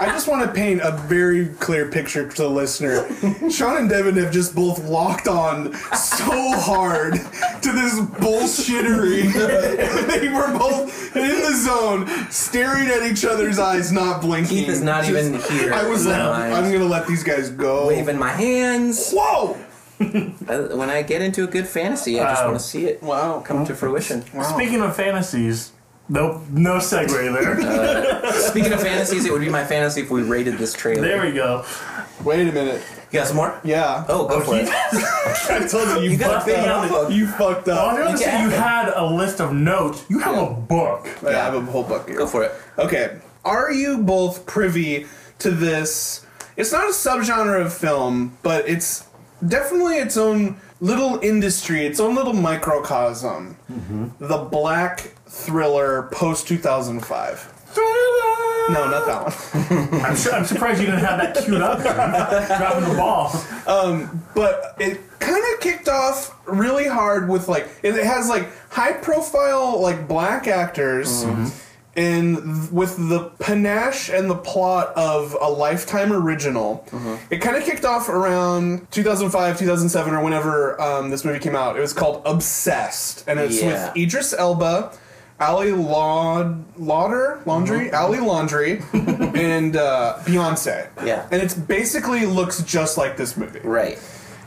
I just want to paint a very clear picture to the listener. Sean and Devin have just both locked on so hard to this bullshittery. they were both in the zone, staring at each other's eyes, not blinking. Keith is not Just- even here. I was in like, my mind. I'm gonna let these guys go. waving my hands. Whoa! Uh, when I get into a good fantasy, I Oh. just want to see it Wow. come to fruition. Speaking of fantasies, nope, no segue Uh, there. Speaking of fantasies, it would be my fantasy if we rated this trailer. there we go. Wait a minute. You got some more? Yeah. Oh, go for it. I told you you got fucked a big up. notebook. You fucked I was up. gonna You say can- you had a list of notes. You have a book. I have a whole bucket. Go for it. Okay. Are you both privy to this? It's not a subgenre of film, but it's definitely its own little industry, its own little microcosm. Mm-hmm. The black thriller post 2005. No, not that one. I'm, su- I'm surprised you didn't have that queued up. Dropping the ball. but it kind of kicked off really hard with like it it has like high profile like black actors Mm-hmm. and th- with the panache and the plot of a lifetime original Mm-hmm. it kind of kicked off around 2005 2007 or whenever um, this movie came out it was called obsessed and it's Yeah. with idris elba Ali Laud- Lauder Laundry, Mm-hmm. Ali Laundry, and uh, Beyonce. Yeah. and it's basically looks just like this movie. Right.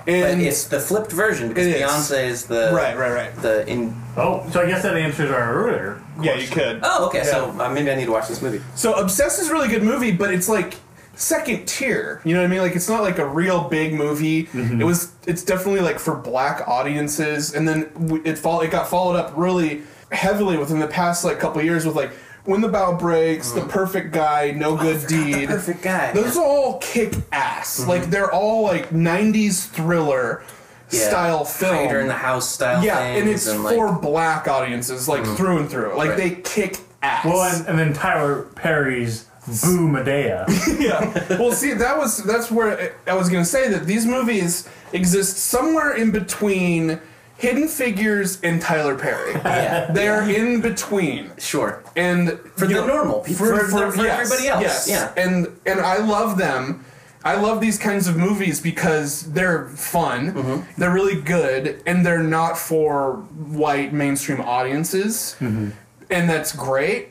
But And it's the flipped version because It is. Beyonce is the Right, right, right. the in. Oh, so I guess that answers our earlier. yeah, you could. Oh, okay. So uh, maybe I need to watch this movie. So Obsessed is a really good movie, but it's like second tier. You know what I mean? Like it's not like a real big movie. It was. It's definitely like for black audiences, and then w- it fall. It got followed up really heavily within the past like couple years with like. When the Bow Breaks, Mm. The Perfect Guy, No Good Deed. Oh, Perfect Guy. Mm-hmm. Those all kick ass. Like, they're all like 90s thriller Yeah. style film. Hide her in the house style. Yeah, things and it's like, Mm. for black audiences, like through and through. Like Right. they kick ass. Well, and, and then Tyler Perry's Boo Medea. yeah. Well, see, that was that's where I was gonna say that these movies exist somewhere in between Hidden Figures and Tyler Perry. Yeah. they are in between, sure. and For you the know- normal people, for, for, for yes, everybody else. Yes. Yeah. And and I love them. I love these kinds of movies because they're fun, Mm-hmm. they're really good, and they're not for white mainstream audiences. Mm-hmm. And that's great.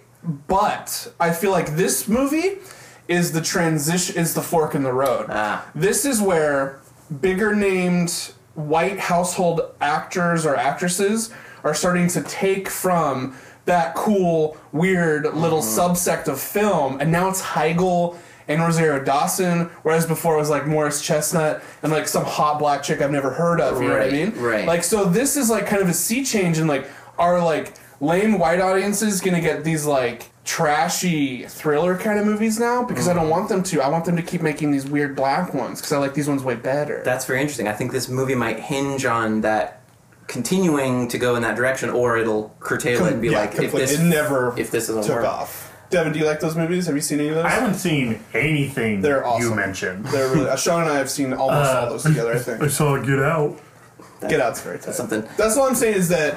But I feel like this movie is the transition is the fork in the road. Ah. This is where bigger named white household actors or actresses are starting to take from that cool, weird little Mm-hmm. subsect of film, and now it's Heigl and Rosario Dawson, whereas before it was like Morris Chestnut and like some hot black chick I've never heard of. You Right, know what I mean? right. Like so, this is like kind of a sea change in like are like lame white audiences gonna get these like trashy thriller kind of movies now because I don't want them to. I want them to keep making these weird black ones because I like these ones way better. That's very interesting. I think this movie might hinge on that continuing to go in that direction, or it'll curtail it and be like, if this if this doesn't work, off. Devin, do you like those movies? Have you seen any of those? I haven't seen anything They're awesome. you mentioned. They're really, uh, Sean and I have seen almost Uh, all those together. I think saw Get Out. Get Out's very tight. something. That's all I'm saying is that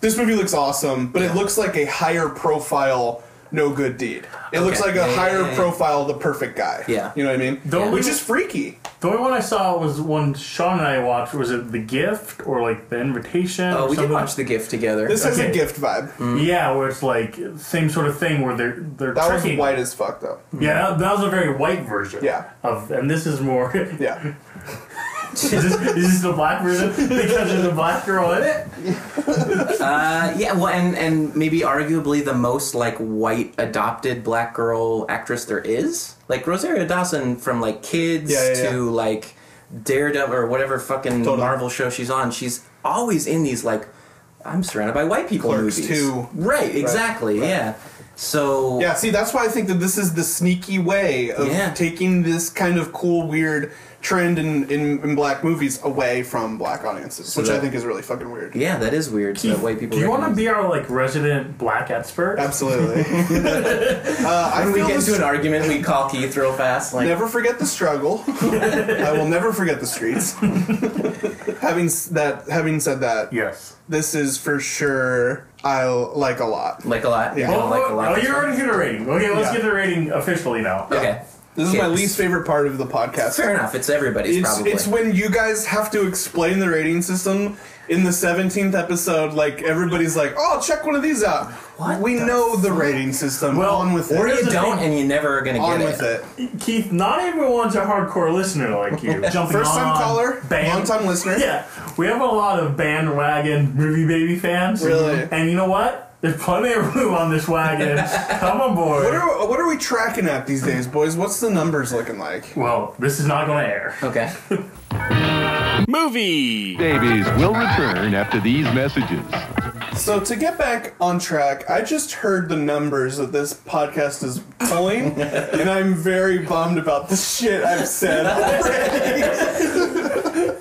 this movie looks awesome, but it looks like a higher profile No Good Deed. It looks Okay. like a Yeah, yeah, higher yeah, yeah. profile The Perfect Guy. Yeah. you know what I mean. Don't we- Which is freaky. The only one I saw was one Sean and I watched. Was it The Gift or like The Invitation? Oh, or we did something? watch The Gift together. This has a Okay. gift vibe. Mm. Yeah, where it's like same sort of thing where they're they're That was tricking. white as fuck though. Yeah, that, that was a very white version. Yeah. Of and this is more. is, Yeah. this, is this the black version because there's a black girl in it? Uh, yeah, well, and and maybe arguably the most like white adopted black girl actress there is, like Rosario Dawson from like Kids Yeah, yeah, yeah. to like Daredevil or whatever fucking Totally. Marvel show she's on. She's always in these like I'm surrounded by white people Clerks movies. too. Right, exactly. Yeah. So Yeah, see, that's why I think that this is the sneaky way of Yeah. taking this kind of cool, weird trend in, in, in black movies away from black audiences, which I that- think is really fucking weird. yeah, that is weird that white people. Do you want to recognize- be our like resident black expert? Absolutely. uh, I When we feel get this- into an argument, we call Keith real fast. Like, Never forget the struggle. I will never forget the streets. having s- that, having said that, Yes. this is for sure. I like a lot. like a lot. Yeah. I don't Oh, like a lot. oh, you're already getting a rating. Okay, let's Yeah. get the rating officially now. okay. This is my Yes. least favorite part of the podcast. Fair enough. It's everybody's It's, probably. it's when you guys have to explain the rating system in the 17th episode. Like, everybody's like, oh, check one of these out. What we the know the rating system. Well, on with or it. Here's you the don't, thing. and you never are gonna On get with it. it. Keith, not everyone's a hardcore listener like you. Jumping First time on, caller, band- long time listener. Yeah, we have a lot of bandwagon movie baby fans. Really? and you know what? There's plenty of room on this wagon. Come aboard. What are, what are we tracking at these days, boys? What's the numbers looking like? well, this is not going to air. Okay. Movie Davies will return after these messages. So to get back on track, I just heard the numbers that this podcast is pulling, and I'm very bummed about the shit I've said. already.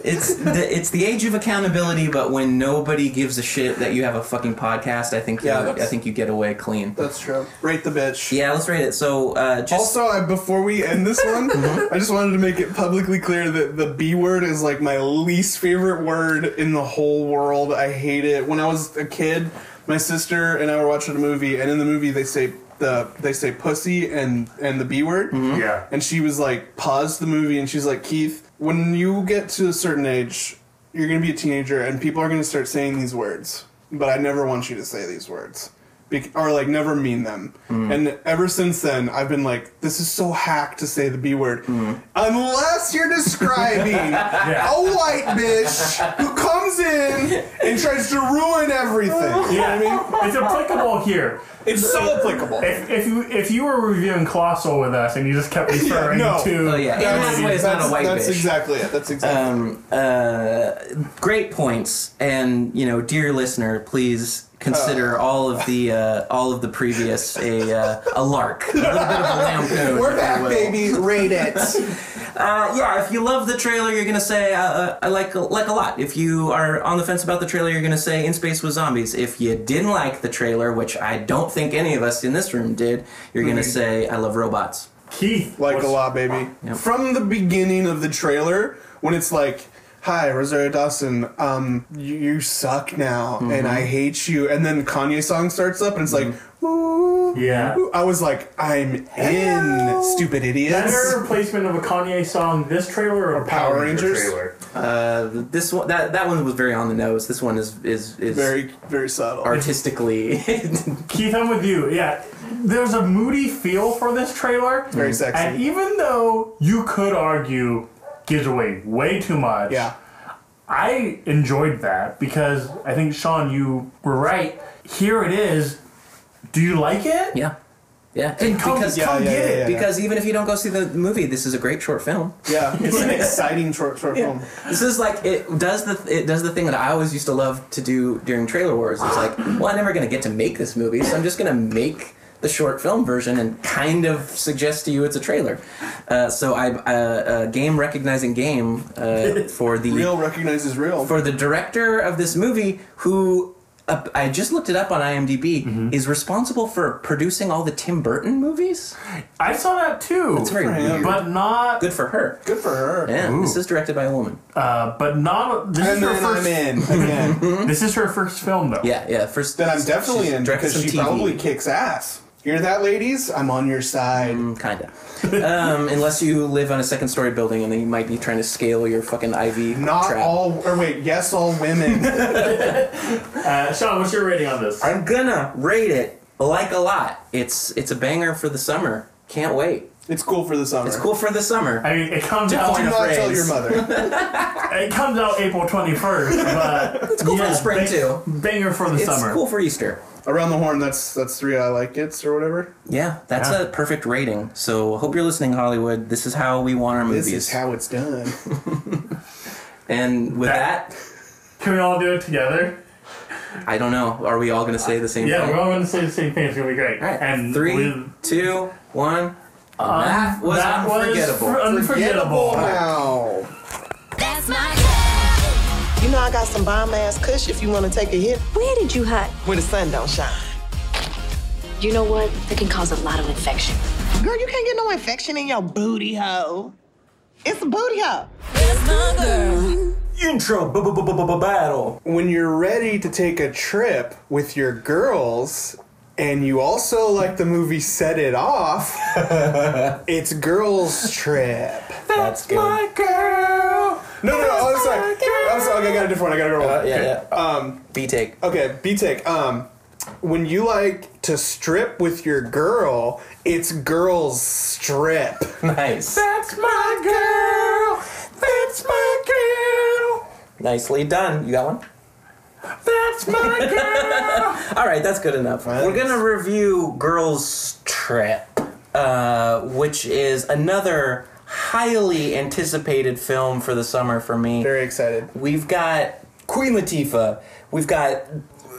It's the, it's the age of accountability, but when nobody gives a shit that you have a fucking podcast, I think Yeah, yeah, I that's- think you get away clean. That's true. Rate the bitch. Yeah, let's rate it. So uh, just Uh-huh. Also, I, before we end this one, I just wanted to make it publicly clear that the B word is like my least favorite word in the whole world. I hate it. When I was a kid, my sister and I were watching a movie, and in the movie they say the they say pussy and and the B word. Mm-hmm. Yeah. And she was like, paused the movie and she's like, Keith, when you get to a certain age, you're going to be a teenager and people are going to start saying these words. But I never want you to say these words. Be- or like, never mean them. Mm. And ever since then, I've been like, this is so hack to say the B word. Mm. Unless you're describing a white bitch who comes in and tries to ruin everything. You know what I mean? it's applicable here. It's so applicable. If, if you if you were reviewing Colossal with us and you just kept referring no. to Oh, yeah. Anne Hathaway is not a white that's bitch. exactly it. That's exactly it. um, uh, great points, and you know, dear listener, please consider all of the uh, all of the previous a uh, a lark, a little bit of a lampoon. We're if you back, will. baby. Rate it. Uh, yeah, if you love the trailer, you're gonna say uh, uh, I like like a lot. If you are on the fence about the trailer, you're gonna say In Space with Zombies. If you didn't like the trailer, which I don't think any of us in this room did, you're gonna say I love robots. Keith. like what's- a lot, baby. From the beginning of the trailer, when it's like, "Hi, Rosario Dawson, um, you, you suck now, Mm-hmm. and I hate you," and then Kanye song starts up, and it's like, "Ooh, Yeah. ooh." I was like, "I'm in, stupid idiots." Better replacement of a Kanye song, this trailer or, a Power Power Ranger Rangers? trailer? Uh, this one that that one was very on the nose. This one is is is Very, very subtle. artistically. Keith, I'm with you. Yeah. There's a moody feel for this trailer. Very sexy. And even though you could argue gives away way too much, yeah, I enjoyed that because I think Sean, you were right. Here it is. Do you like it? yeah, yeah. come- because yeah, come yeah, get yeah, it. yeah, yeah. because even if you don't go see the movie, this is a great short film. yeah. It's an exciting short, short film. This is like it does the it does the thing that I always used to love to do during trailer wars. It's like, well, I'm never gonna get to make this movie, so I'm just gonna make the short film version and kind of suggest to you it's a trailer. Uh, so I uh, uh, game recognizing game uh, for the Real recognizes real. for the director of this movie who. Uh, I just looked it up on IMDb. Mm-hmm. Is responsible for producing all the Tim Burton movies. I saw that too. It's very weird. But not, Good for her. Good for her. Yeah, this is directed by a woman. uh, but not. This is And her then I'm first. in again. This is her first film though. Yeah, yeah. First, then I'm definitely she's in directed because some she TV. probably kicks ass. Hear that, ladies? I'm on your side. Kinda. Um, unless you live on a second story building and then you might be trying to scale your fucking IV Not trap. all, or wait, yes, all women. Uh, Sean, what's your rating on this? I'm gonna rate it like a lot. It's it's a banger for the summer. Can't wait. it's cool for the summer. It's cool for the summer. I mean, it comes Do out. not tell phrase. your mother. It comes out April 21st, but it's cool for the spring, too. Banger for the It's summer. cool for Easter. Around the horn. That's that's three I like it's or whatever. Yeah, that's Yeah. a perfect rating. So hope you're listening, Hollywood. This is how we want our This movies. is how it's done. and with That- that, Can we all do it together? I don't know. Are we all gonna say the same Yeah, thing? we're all going to say the same thing. It's going to be great. all right. And And three, with- two, one. that was that was unforgettable. fr- unforgettable. Wow. That's my girl. You know I got some bomb ass cush if you wanna take a hit Where did you hide? where the sun don't shine. You know what? That can cause a lot of infection. Girl, you can't get no infection in your booty hole. It's a booty hole. Intro battle. When you're ready to take a trip with your girls, and you also like the movie Set It Off, it's girls trip. That's good. my girl. No, no, no. I'm sorry. I'm sorry. Okay, I got a different one. I got a different one. yeah, yeah. Um, B take. Okay, B take. Um, when you like to strip with your girl, it's girls strip. Nice. That's my girl. That's my girl. Nicely done. You got one. That's my girl. All right, that's good enough. We're gonna review Girls Trip, uh, which is another highly anticipated film for the summer for me. Very excited. We've got Queen Latifah. We've got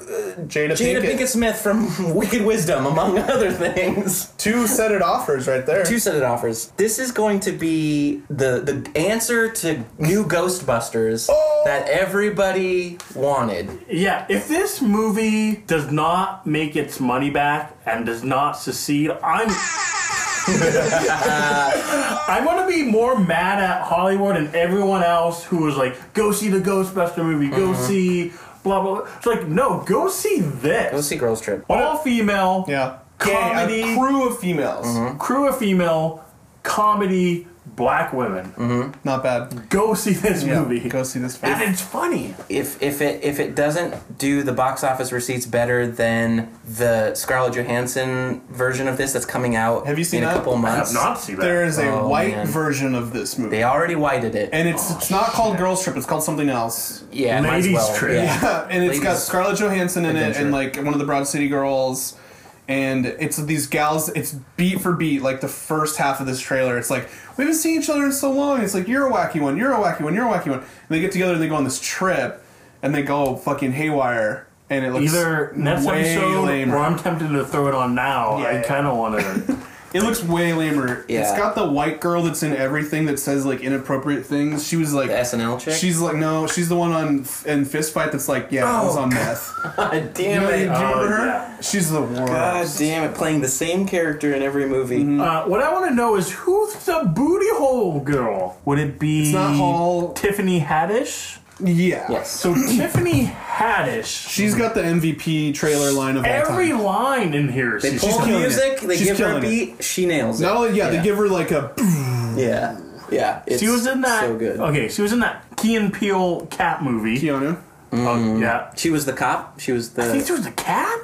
Jada, Jada Pinkett. Pinkett Smith from Wicked Wisdom, among other things. Two set it offers right there. Two set of offers. This is going to be the the answer to new Ghostbusters Oh! that everybody wanted. Yeah, if this movie does not make its money back and does not succeed, I'm. I'm gonna be more mad at Hollywood and everyone else who was like, "Go see the Ghostbuster movie. Go Mm-hmm. see blah blah." blah." It's like, no, go see this. Go see Girls Trip. All female. Yeah. Comedy. Gay, a crew of females. Mm-hmm. Crew of female comedy black women. Not bad. Go see this Mm. Yeah, movie. go see this And movie. it's funny. If if it if it doesn't do the box office receipts better than the Scarlett Johansson version of this that's coming out Have you seen in a that? couple I I months. have not seen that. There is a Oh, white man. version of this movie. They Oh, already whited it. and it's it's not called Girls Trip, it's called something else. yeah, might as Ladies well. Trip. Yeah. and it's got Ladies Scarlett Johansson in it Adventure. and like one of the Broad City girls. And it's these gals, it's beat for beat, like the first half of this trailer. It's like, we haven't seen each other in so long. It's like, you're a wacky one, you're a wacky one, you're a wacky one. And they get together and they go on this trip and they go fucking haywire. And it looks Either next way episode, lamer. or I'm tempted to throw it on now. Yeah, I yeah. kind of want to. It looks way lamer. Yeah. It's got the white girl that's in everything that says like inappropriate things. She was like The SNL chick? She's like no, she's the one on F- in Fist Fight that's like yeah, I was on meth. God damn You know, you- it. do you remember Oh, her? yeah. Uh, She's the worst. God damn it, playing the same character in every movie. Mm-hmm. uh, what I want to know is who's the booty hole girl? Would it be It's not Hall- Tiffany Haddish? Yeah. Yes. So Tiffany Haddish. She's got the MVP trailer line of Every all time. line in here, They she's pull killing music, it. they She's give her a killing beat, it. she nails it. Not only Oh, yeah, yeah, they give her like a Yeah. Yeah. It's she was in that. Oh, So good. Okay, she was in that Key and Peele cat movie. Keanu. Oh, yeah. She was the cop. She was I think she the. was a cat.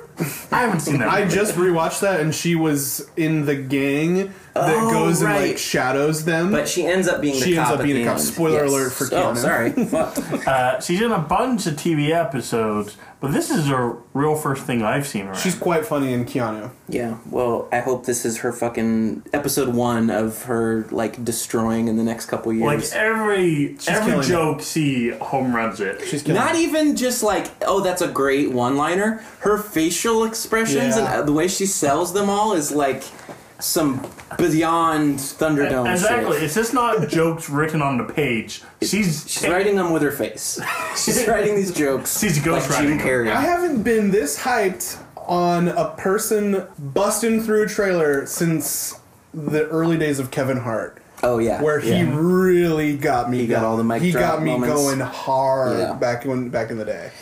I haven't seen that. I movie. just rewatched that and she was in the gang that goes and right. like shadows them. But she ends up being the She cop. ends up at being the a cop. end. Spoiler alert for Oh, Keanu. sorry. Fuck. Uh, she's in a bunch of TV episodes, but this is her real first thing I've seen her. in. she's quite funny in Keanu. yeah. Well, I hope this is her fucking episode one of her like destroying in the next couple years. Like eh, every every killing it. joke, she home runs it. She's killing not it. even just like, oh, that's a great one-liner. Her facial expressions Yeah. and uh, the way she sells them all is like some beyond Thunderdome. shit. exactly. It's just not jokes written on the page. She's She's writing them with her face. She's writing these jokes. She's like ghostwriting them. Jim Carrey. I haven't been this hyped on a person busting through a trailer since the early days of Kevin Hart, oh yeah, where he yeah. really got me. He got all the mic He drop got me moments. going hard Yeah. back when back in the day.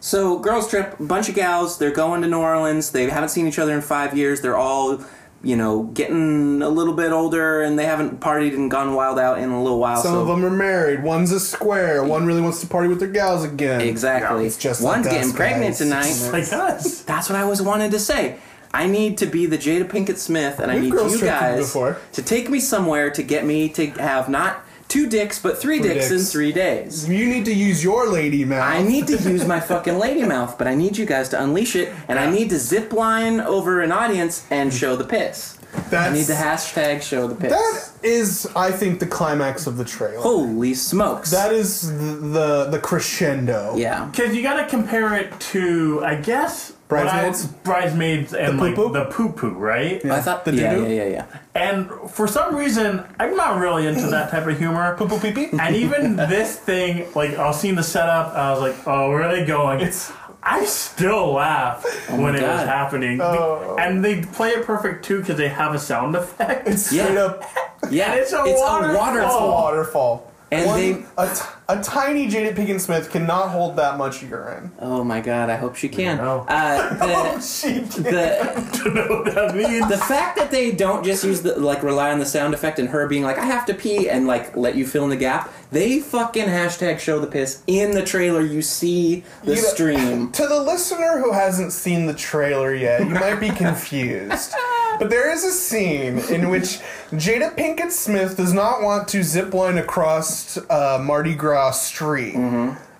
So, girls trip, bunch of gals, they're going to New Orleans. They haven't seen each other in five years. They're all, you know, getting a little bit older and they haven't partied and gone wild out in a little while. Some so of them are married. One's a square. One really wants to party with their gals again. Exactly. It's just like One's us, getting pregnant guys. tonight. like us. That's what I always wanted to say. I need to be the Jada Pinkett Smith, and I We've need girls you tripped you guys before. to take me somewhere to get me to have not two dicks, but three, dicks, in dicks. three days. You need to use your lady mouth. I need to use my fucking lady mouth, but I need you guys to unleash it, and I need to zip line over an audience and show the piss. That's, I need to hashtag show the piss. That is, I think, the climax of the trailer. Holy smokes. That is the the, the crescendo. yeah. Because you got to compare it to, I guess, what I- Bridesmaids? bridesmaids, and like poo-poo? the poo poo, right? I thought The yeah, yeah, doo-doo? yeah, yeah. And for some reason, I'm not really into that type of humor. Poo pee pee. And even this thing, like I was seeing the setup, and I was like, "Oh, where are they going?" It's- I still laugh when it was Oh God. happening, and they play it perfect too because they have a sound effect. It's straight Yeah. up Yeah, It's a waterfall. a Oh. waterfall. And One- they- a, t- a tiny Jada Pinkett Smith cannot hold that much urine. Oh my god, I hope she can. know. Uh, She the, the, I mean, the fact that they don't just use the, like, rely on the sound effect and her being like, I have to pee, and like, let you fill in the gap, they fucking hashtag show the piss in the trailer. You see the You know- stream. To the listener who hasn't seen the trailer yet, you might be confused. But there is a scene in which Jada Pinkett Smith does not want to zip line across uh, Mardi Gras Street.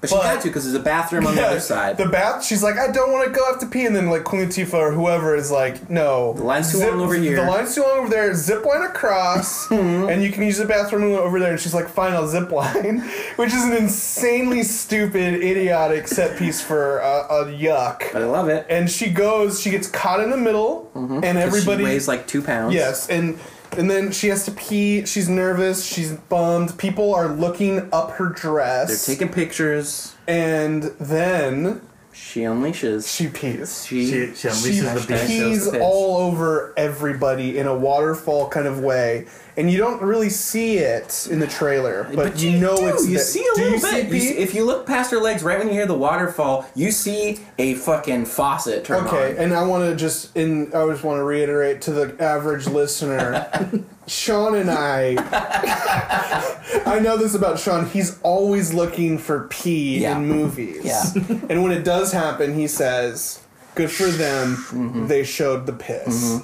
But she But- had to because there's a bathroom on the other side. The bath. She's like, I don't want to go have to pee, and then like Queen Latifah or whoever is like, No, the line's too long over here. Mm-hmm. The line's too long over there. Zip line across, and you can use the bathroom over there. And she's like, Fine, I'll zip line, which is an insanely stupid, idiotic set piece for uh, a yuck. but I love it. Mm-hmm. And she goes, she gets caught in the middle, and 'Cause everybody she weighs like two pounds. Yes, and and then she has to pee. She's nervous. She's bummed. People are looking up her They're dress. taking pictures. and then She unleashes. she pees. She, She, she She unleashes the Hashtag beast. shows pees the pitch. all over everybody in a waterfall kind of way, and you don't really see it in the trailer, but, you, know do. it's you there. see a Do you little see bit. You pee? see- if you look past her legs, right when you hear the waterfall, you see a fucking faucet turn on. Okay, and I want to just in I just want to reiterate to the average listener, Sean and I. I know this about Sean. He's always looking for pee Yeah. in movies. Yeah. and when it does happen, he says, "Good for them. Mm-hmm. They showed the piss."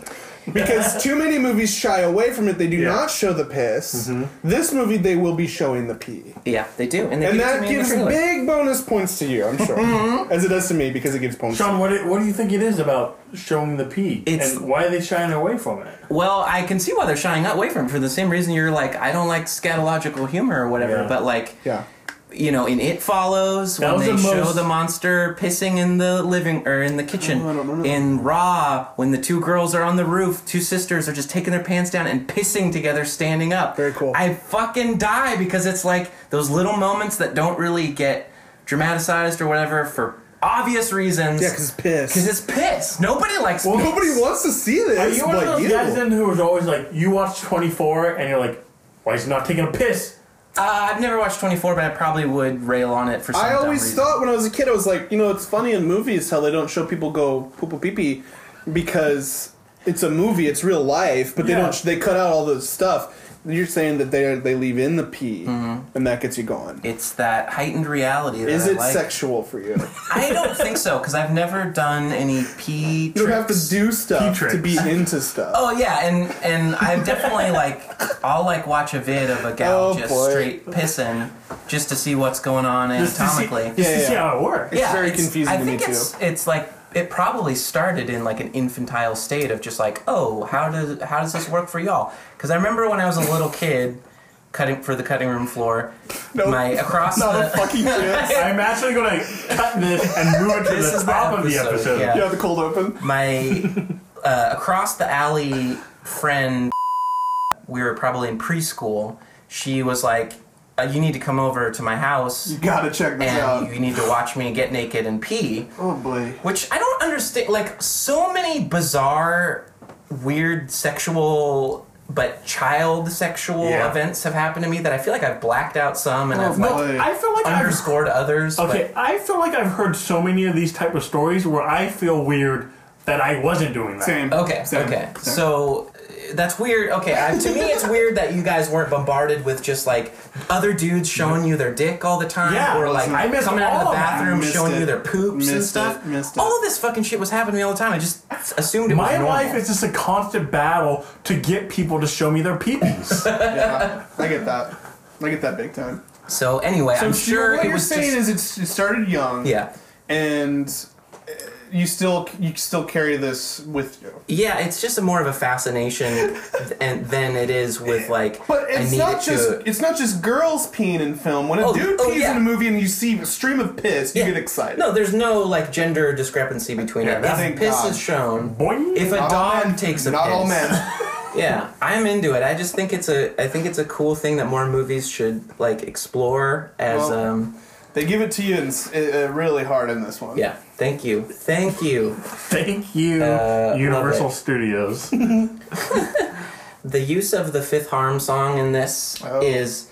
Because too many movies shy away from it. They do not show the piss. This movie, they will be showing the pee. Yeah, they do, and, they And give it to me that Mm-hmm. in the gives trailer. big bonus points to you, I'm sure. As it does to me, because it gives bonus Sean, what do, what do you think it is about showing the pee? It's- and why are they shying away from it? Well, I can see why they're shying away from it for the same reason you're like, I don't like scatological humor or whatever, Yeah. but like, Yeah. you know, in It Follows That when was they the show most- the monster pissing in the living or Oh, in the kitchen. in Raw, when the two girls are on the roof, two sisters are just taking their pants down and pissing together standing up. Very cool. I fucking die because it's like those little moments that don't really get dramatized or whatever for obvious reasons. Yeah, because piss. because it's piss. Nobody likes Well, piss. nobody wants to see this. Are you one of but those you. guys then who was always like, you watch 24 and you're like, why is he not taking a piss? Uh, I've never watched 24, but I probably would rail on it for some I dumb always reason. thought when I was a kid, I was like, you know, it's funny in movies how they don't show people go poo poo pee pee because it's a movie, it's real life, but they Yeah. don't. They cut out all the stuff. You're saying that they they leave in the pee, and that gets you going. It's that heightened reality. That Is I it Mm-hmm. like. sexual for you? I don't think so because I've never done any pee. you don't tricks. have to do stuff Pee to be into stuff. Oh yeah, and and I'm definitely like I'll like watch a vid of a gal Oh, just boy. straight pissing just to see what's going on Just to see, anatomically. just Yeah, to yeah. see how it works. yeah, very confusing I to me, think it's it's like it probably started in like an infantile state of just like, oh, how does how does this work for y'all? Because I remember when I was a little kid, cutting for the cutting room floor, my across Not the a fucking chance. I'm actually going to cut this and move it to This the is the top of the episode, episode. yeah. You have the cold open. my uh, across the alley friend we were probably in preschool she was like uh, you need to come over to my house You gotta check this out. and you need to watch me get naked and pee oh boy. which i don't understand like so many bizarre weird sexual but child sexual Yeah. events have happened to me that i feel like i've blacked out some and i've no. like I feel like I've underscored others Okay, but I feel like I've heard so many of these type of stories where I feel weird that I wasn't doing that. Same. Okay. Same. Okay. Same. So uh, that's weird. Okay. I, to me, it's weird that you guys weren't bombarded with just like other dudes showing you their dick all the time, Yeah, or like I missed coming out of all the of that. bathroom Missed showing it. you their poops and Missed stuff. it. Missed it. All of this fucking shit was happening to me all the time. I just assumed it was My normal. life is just a constant battle to get people to show me their peepees. yeah, I get that. I get that big time. So anyway, I'm so sure what it you're was saying just is it's, it started young. yeah. and uh, you still you still carry this with you. Yeah, it's just a more of a fascination and than it is with like But I it's need not it just to it's not just girls peeing in film. When a Oh, dude pees oh, yeah. in a movie and you see a stream of piss, you Yeah. get excited. No, there's no like gender discrepancy between it. no, If thank piss God. is shown, Boing. if a Not all dog men. takes a not piss, all men. yeah, I'm into it. I just think it's a I think it's a cool thing that more movies should like explore as Well- um they give it to you in, s- uh, uh, really hard in this one. yeah. Thank you, thank you. Thank Uh, you, Universal Studios. The use of the Fifth Harm song in this Oh. is.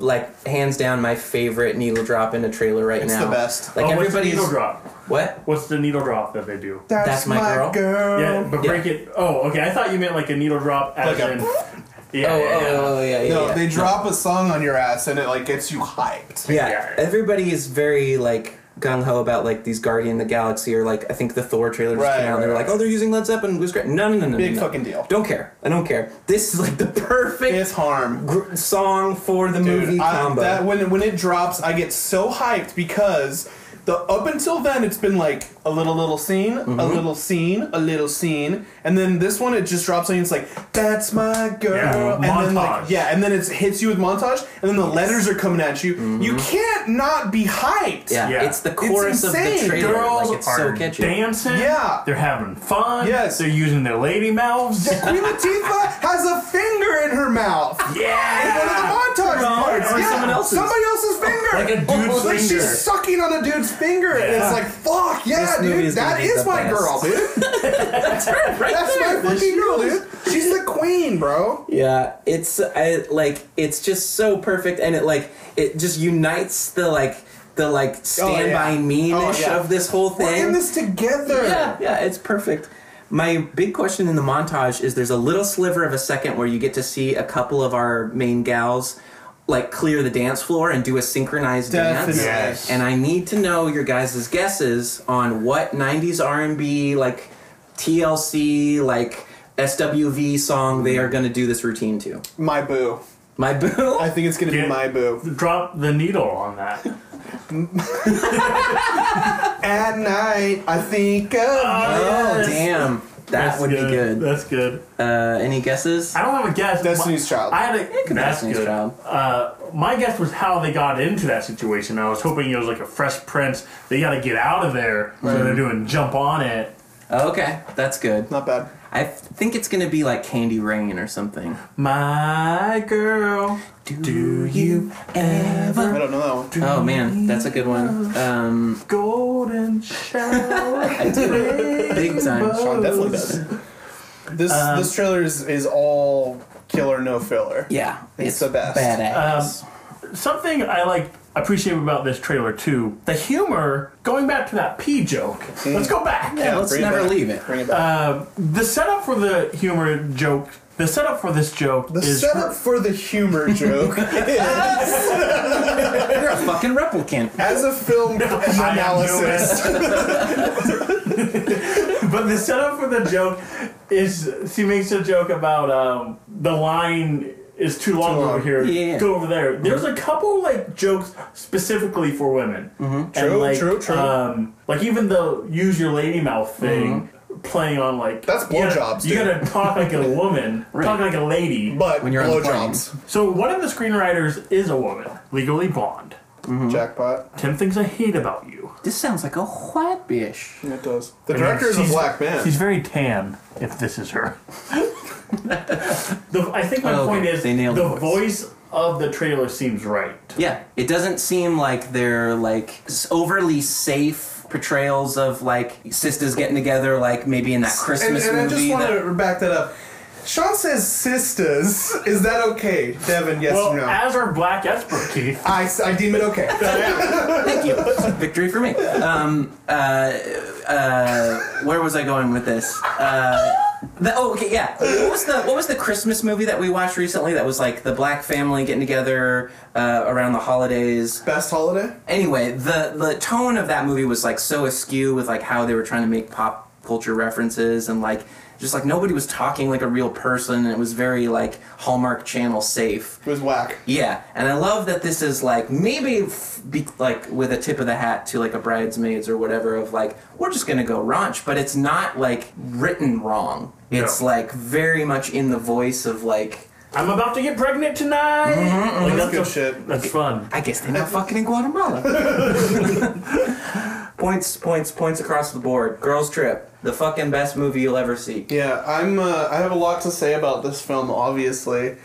Like hands down, my favorite needle drop in a trailer right It's now. the best. Like Oh, what's the everybody's needle drop? what? What's the needle drop that they do? That's, That's my girl. Yeah, but Yeah. break it. Oh, okay. I thought you meant like a needle drop as Like a- in. Yeah, yeah, Oh, oh, yeah. oh, yeah, yeah. No, yeah. they drop a song on your ass and it like gets you hyped. Yeah, everybody is very like gung ho about like these Guardian of the Galaxy or like I think the Thor trailer just Right, came out and they right, were like, right. oh, they're using Led Zeppelin. It was great. No, no, no, no, Big no. fucking deal. Don't care. I don't care. This is like the perfect It's harm. gr- song for the Dude, movie I- combo. that when when it drops, I get so hyped because the up until then it's been like a little little scene, Mm-hmm. a little scene, a little scene, and then this one it just drops and it's like that's my girl, Yeah, and then montage. like yeah, and then it hits you with montage, and then the letters are coming at you. You can't not be hyped. Mm-hmm. yeah. Yeah. it's the It's chorus of the insane. trailer. Girls like it's so are catchy. dancing. Yeah. They're having fun. Yes. They're using their lady mouths. Queen Latifah has a finger in her mouth. In one of the yeah. montage Wrong. parts. Or yeah. someone else's. Oh, Somebody else's finger. Oh, Like a dude's like finger. she's sucking on a dude's finger, and Yeah. it's like, fuck yeah, This movie dude, is gonna that be is the my best. girl, dude. That's my fucking girl, dude. She's the queen, bro. Yeah, it's I, like it's just so perfect, and it like it just unites the like the like stand Oh, yeah. by me Oh, yeah. of this whole thing. We're in this together. Yeah, yeah, it's perfect. My big question in the montage is there's a little sliver of a second where you get to see a couple of our main gals like clear the dance floor and do a synchronized Definitely. dance. Yes. And I need to know your guys' guesses on what 90s R&B like TLC like SWV song they are going to do this routine to. My boo. My boo. I think it's gonna Yeah. be my boo. Drop the needle on that. At night, I think of. oh damn. That would good. be good. That's good. Uh, any guesses? I don't have a guess. Destiny's My- Child. I had a could be that's Destiny's good. Child. Uh, my guess was how they got into that situation. I was hoping it was like a fresh prince. They got to get out of there, so they're doing jump on it. Okay, that's good. Not bad. I think it's gonna be like Candy Rain or something. My girl, do you I don't know that one. Oh man, that's a good one. Um, golden shower? I do big time. Sean definitely does. This Um, this trailer is, is all killer, no filler. Yeah, It's the best. Badass. Something I like appreciate about this trailer too. The humor going back to that pee joke. Let's go back. Yeah, let's bring it never back. leave it. Bring it back. The setup for the humor joke. The setup for this joke The is setup for the humor joke is, You're a fucking replicant. as a film analysis. But the setup for the joke is she makes a joke about um, the line is too long, long. over here. Yeah. Go over there. Mm-hmm. There's a couple like jokes specifically for women. Mm-hmm. True, true, true. Um, like even the use your lady mouth thing. Playing on like Mm-hmm. That's you gotta- blowjobs, You dude. gotta talk like a woman, talk like a lady. But When you're on the plane. blowjobs, so one of the screenwriters is a woman, legally blonde. Mm-hmm. jackpot. Ten things I hate about you. This sounds like a white bitch. It does. The director is a She's- black man. She's very tan. If this is her, the, I think my Oh, okay. point is They nailed the the voice. of the trailer seems right. Yeah, it doesn't seem like they're like s- overly safe portrayals of like sisters getting together, like maybe in that and, Christmas and I just movie. want that- to back that up. Sean says sisters. Is that okay, Devin? Yes Well, or no? as our black expert, Keith, I, s- I deem it okay. Thank you. Victory for me. Um, uh, uh, where was I going with this? Uh, the, oh, okay, yeah. What was the What was the Christmas movie that we watched recently? That was like the black family getting together uh, around the holidays. Best holiday. Anyway, the the tone of that movie was like so askew with like how they were trying to make pop culture references and like just like nobody was talking like a real person. And it was very like Hallmark Channel safe. It was whack. Yeah, and I love that this is like maybe f- be, like with a tip of the hat to like a bridesmaids or whatever of like we're just gonna go ranch, but it's not like written wrong. It's No. like very much in the voice of like I'm about to get pregnant tonight. Like, that's good a- shit. That's fun. I guess they're not fucking in Guatemala. points, points, points across the board. Girls Trip, the fucking best movie you'll ever see. Yeah, I'm. Uh, I have a lot to say about this film, obviously.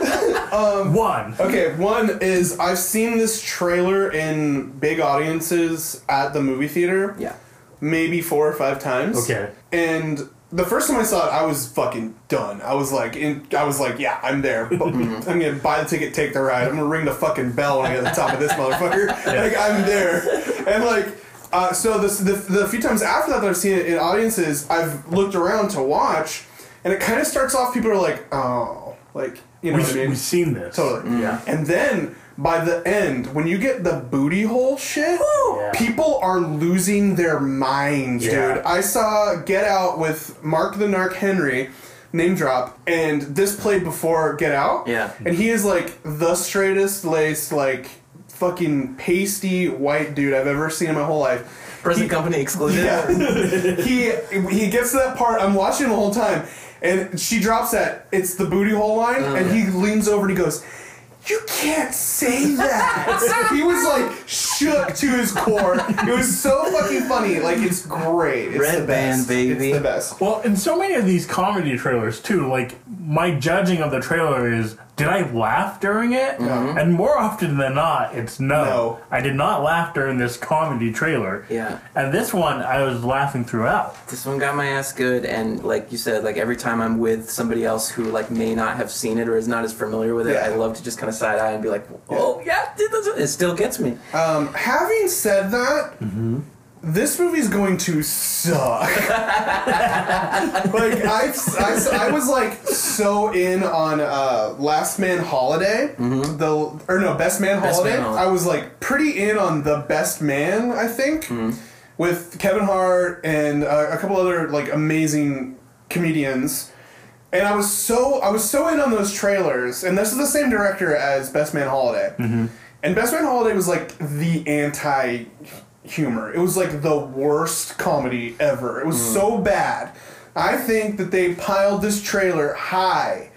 One. Okay, one is I've seen this trailer in big audiences at the movie theater. Yeah. Maybe four or five times. Okay. And the first time I saw it, I was fucking done. I was like, in, I was like, yeah, I'm there. Bu- I'm gonna buy the ticket, take the ride. I'm gonna ring the fucking bell when I get to the top of this motherfucker. Like I'm there, and like. Uh, so this, the, the few times after that that I've seen it in audiences, I've looked around to watch, and it kind of starts off. People are like, "Oh, like you know We've, what I mean." we've seen this. Totally. Yeah. And then by the end, when you get the booty hole shit, people are losing their minds, Yeah. dude. I saw Get Out with Mark the Narc Henry, name drop, and this played before Get Out. Yeah. And he is like the straightest laced, like fucking pasty white dude I've ever seen in my whole life. Present company exclusive. he he gets to that part. I'm watching the whole time, and she drops that. It's the booty hole line, Oh, and he leans over and he goes. You can't say that. he was like shook to his core. It was so fucking funny. Like it's great. It's Red the band, best. baby. It's the best. Well, in so many of these comedy trailers too, like my judging of the trailer is did I laugh during it? And more often than not, it's no. Mm-hmm. No. I did not laugh during this comedy trailer. Yeah. And this one I was laughing throughout. This one got my ass good, and like you said, like every time I'm with somebody else who like may not have seen it or is not as familiar with it, Yeah. I love to just kind of side eye and be like, "Oh yeah, dude, that's- it still gets me." Um, having said that, this movie's going to suck. like I, I, I was like so in on uh, Last Man Holiday, the or no Mm-hmm. Best Man Best Holiday. Man Holiday. I was like pretty in on the Best Man. I think with Kevin Hart and uh, a couple other like amazing comedians. And I was so I was so in on those trailers, and this is the same director as Best Man Holiday. And Best Man Holiday was like the anti humor. It was like the worst comedy ever. It was so bad. I think that they piled this trailer high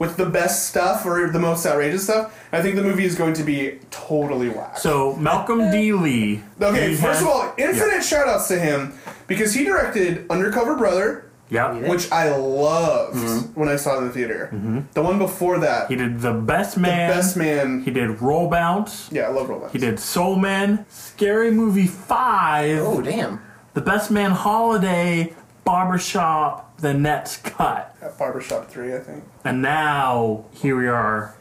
with the best stuff or the most outrageous stuff. I think the movie is going to be totally whack. So Malcolm D. Lee. okay, he first had- of all, infinite shout outs to him because he directed Undercover Brother, Yeah. Yeah. Mm-hmm. which I loved when I saw it in the theater. The one before that, He did the best man. Best Man. He did Roll Bounce. yeah, I love Roland. He did Soul Man, Scary Movie Five, Oh damn! The Best Man Holiday, Barbershop, The Nets Cut, At Barbershop 3, I think. and now here we are.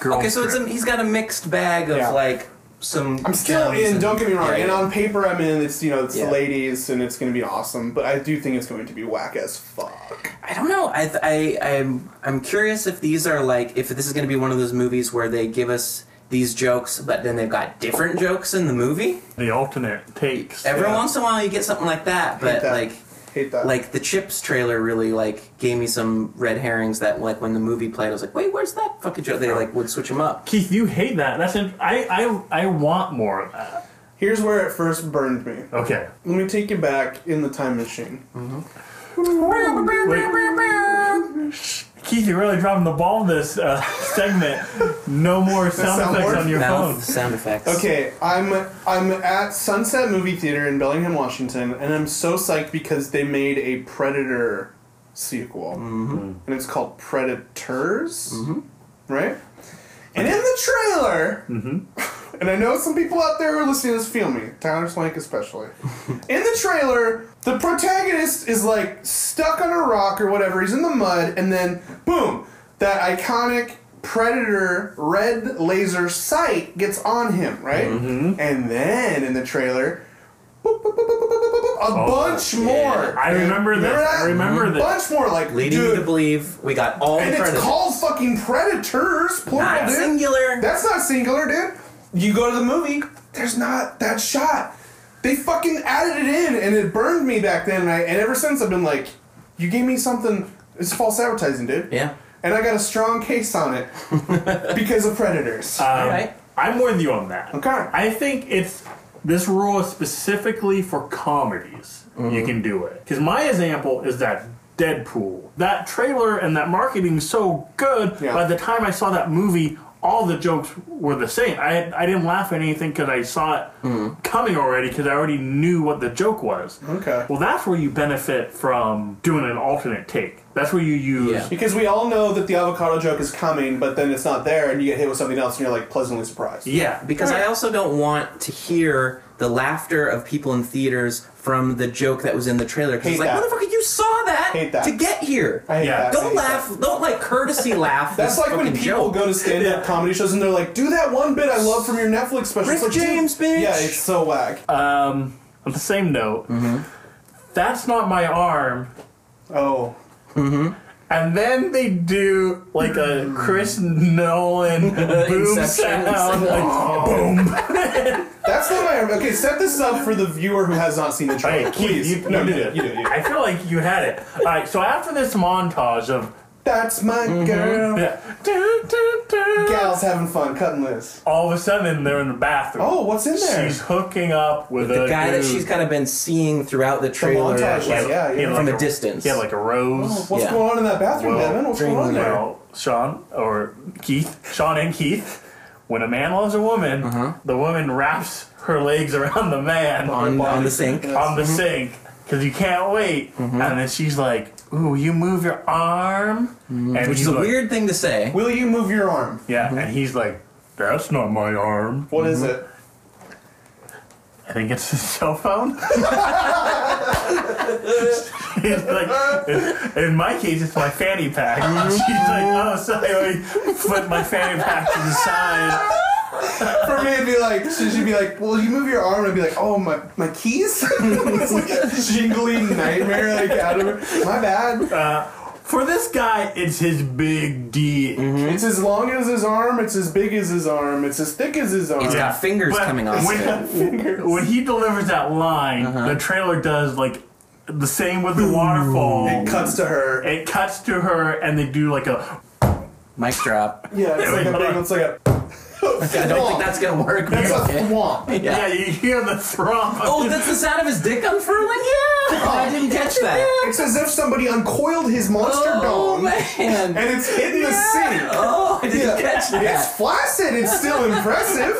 Girl Okay, so it's a, Trip. he's got a mixed bag of Yeah. like some. I'm still gems in. and- Don't get me wrong. Yeah, And yeah. on paper, I'm in. It's you know, it's Yeah. the ladies, and it's going to be awesome. But I do think it's going to be whack as fuck. I don't know. I, th- I I'm I'm curious if these are like if this is going to be one of those movies where they give us these jokes, but then they've got different jokes in the movie. the alternate takes. Every Yeah. once in a while, you get something like that, but that. like. Hate that. like the chips trailer really like gave me some red herrings that like when the movie played i was like wait where's that fucking joke they like would switch them up Keith, you hate that. That's in, I, I I want more of that. here's where it first burned me. Okay. Let me take you back in the time machine. Wait. Keith, you're really dropping the ball this uh, segment. No more sound effects soundboard? on your mouth phone. sound effects Okay, I'm I'm at Sunset Movie Theater in Bellingham, Washington, and I'm so psyched because they made a Predator sequel, and it's called Predators, right? And in the trailer, and I know some people out there who are listening to this feel me, Tyler Swank especially. in the trailer, the protagonist is like stuck on a rock or whatever, he's in the mud, and then boom, that iconic predator red laser sight gets on him, right? Mm-hmm. And then in the trailer, boop, boop, boop, boop, boop, boop, boop, boop, a bunch more. Oh, I remember this. that? I remember this. Bunch more, like leading dude, you to believe we got all and the it's predators. called fucking Predators, plural, Not dude. singular. That's not singular, dude. You go to the movie, there's not that shot. They fucking added it in, and it burned me back then. And, I, and ever since, I've been like, you gave me something. It's false advertising, dude. yeah And I got a strong case on it because of Predators. all right I'm with you on that. Okay. I think it's this rule is specifically for comedies. Mm-hmm. You can do it. Because my example is that Deadpool. That trailer and that marketing so good. Yeah. By the time I saw that movie, all the jokes were the same. I I didn't laugh at anything because I saw it Mm-hmm. coming already because I already knew what the joke was. Okay. Well, that's where you benefit from doing an alternate take. That's where you use Yeah. because we all know that the avocado joke is coming, but then it's not there, and you get hit with something else, and you're like pleasantly surprised. yeah because i also don't want to hear the laughter of people in theaters from the joke that was in the trailer because it's Hate like that. motherfucker you saw that, Hate that. to get here I hate Yeah. that. I don't hate that. laugh don't like courtesy laugh That's this like when fucking people joke. go to stand up comedy shows and they're like, do that one bit I love from your Netflix special. Rick It's like, dude- James, bitch. Yeah, it's so whack. Um, on the Mm-hmm. same note, that's not my arm oh. And then they do like a Chris Nolan boom Inception. sound. Oh. Like, boom. That's not my. Okay, set this up for the viewer who has not seen the Hey, trailer. Keith, Please, you- no, you you did do it. You do it. You do it. I feel like you had it. All right, so after this montage of That's my girl. yeah, dun, dun, dun, Gals having fun cutting this. all of a sudden they're in the bathroom. Oh, what's in there? She's hooking up with, the a guy that dude. she's kind of been seeing throughout the trailer montage, like, yeah. Oh, He had from like a distance. He had like a rose. What's Yeah. going on in that bathroom, Well, Devin? What's during going on the- there? Well, Sean or Keith, Sean and Keith, when a man loves a woman, the woman wraps her legs around the man Uh-huh. on, on the sink. on the sink because you can't wait. And then she's like, "Ooh, you move your arm," and Which he's is a like, weird thing to say. Will you move your arm? Yeah, and he's like, "That's not my arm." What is it? I think it's his cell phone. He's like, in, in my case, it's my fanny pack. She's like, oh, sorry, I flip my fanny pack to the side. For me, it'd be like, she- she'd be like, well, you move your arm, and I'd be like, oh, my, my keys? it's like a jingly nightmare, like, out of it. My bad. For this guy, it's his big D. It's as long as his arm, it's as big as his arm, it's as thick as his arm. He's got fingers But coming off when, of it. When he delivers that line, Uh-huh. the trailer does like the same with the waterfall. It cuts to her. It cuts to her, and they do like a. Mic drop. yeah, it's like a big, it's like a. I don't think that's gonna work. but It's a okay. thwomp. Yeah, you hear the thrum. Oh, that's the sound of his dick unfurling? Yeah! Oh. I didn't catch that. It's as if somebody uncoiled his monster Oh, dong man. and it's hitting the sink. Oh, I didn't catch that. It's flaccid. It's still impressive.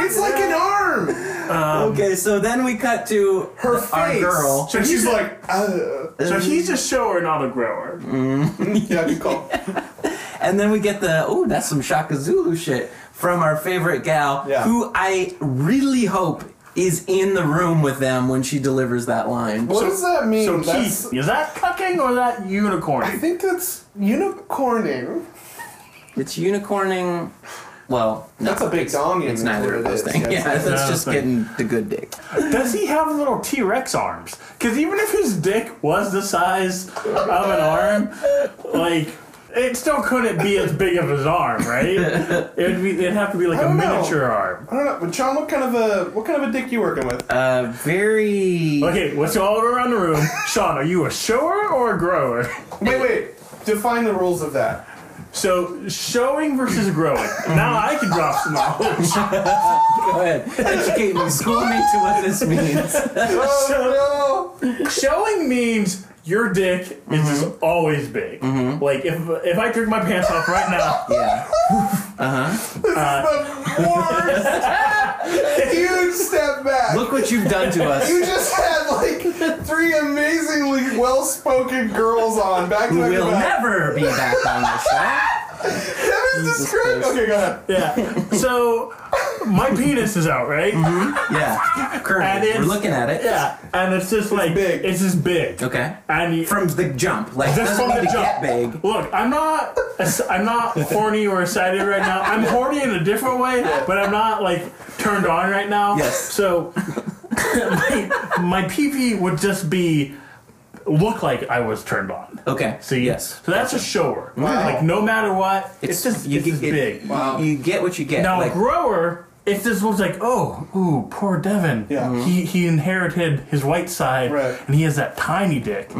It's like an arm. Okay, so then we cut to Her our face. girl. And she's like, uh, so he's a shower, not a grower. Mm, yeah, good call. And then we get the oh, that's some Shaka Zulu shit from our favorite gal, Yeah. who I really hope is in the room with them when she delivers that line. What does that mean? So That's- Keith, is that cucking or that unicorn? I think that's unicorning. It's unicorning. Well, no, That's a big dong. it's neither of those things. Yeah, that's that's just thing. getting the good dick. Does he have little T Rex arms? Because even if his dick was the size of an arm, like it still couldn't be as big of his arm, right? It'd be, it'd have to be like I a don't know. miniature arm. I don't know, but Sean, what kind of a what kind of a dick you working with? Uh, very. Okay, let's all go around the room. Sean, are you a shower or a grower? wait, wait. Define the rules of that. So showing versus growing. Now I can drop some knowledge. Go ahead. Educate me. School me to what this means. Oh no! Showing means your dick is just always big. Like if if I took my pants off right now, Yeah. The worst. Huge step back. Look what you've done to us. You just had like three amazingly well-spoken girls on back to Who back. to will back. never be back on the show. That is described. Okay, go ahead. yeah. So my penis is out, right? Yeah. And Currently, it's- we're looking at it. Yeah, and it's just like big. It's just big. Okay. And you, From the jump, like just doesn't from need the to jump. get big. Look, I'm not, I'm not horny or excited right now. I'm horny in a different way, but I'm not like turned on right now. Yes. So my, my pee pee would just be look like I was turned on. Okay. See, Yes. so that's a shower. Like no matter what, it's, just you it's get- just it- big. You get what you get. Now like, a grower, if this was like, oh, ooh, poor Devin. Yeah. He he inherited his white side, Right. Mm-hmm. and he has that tiny dick.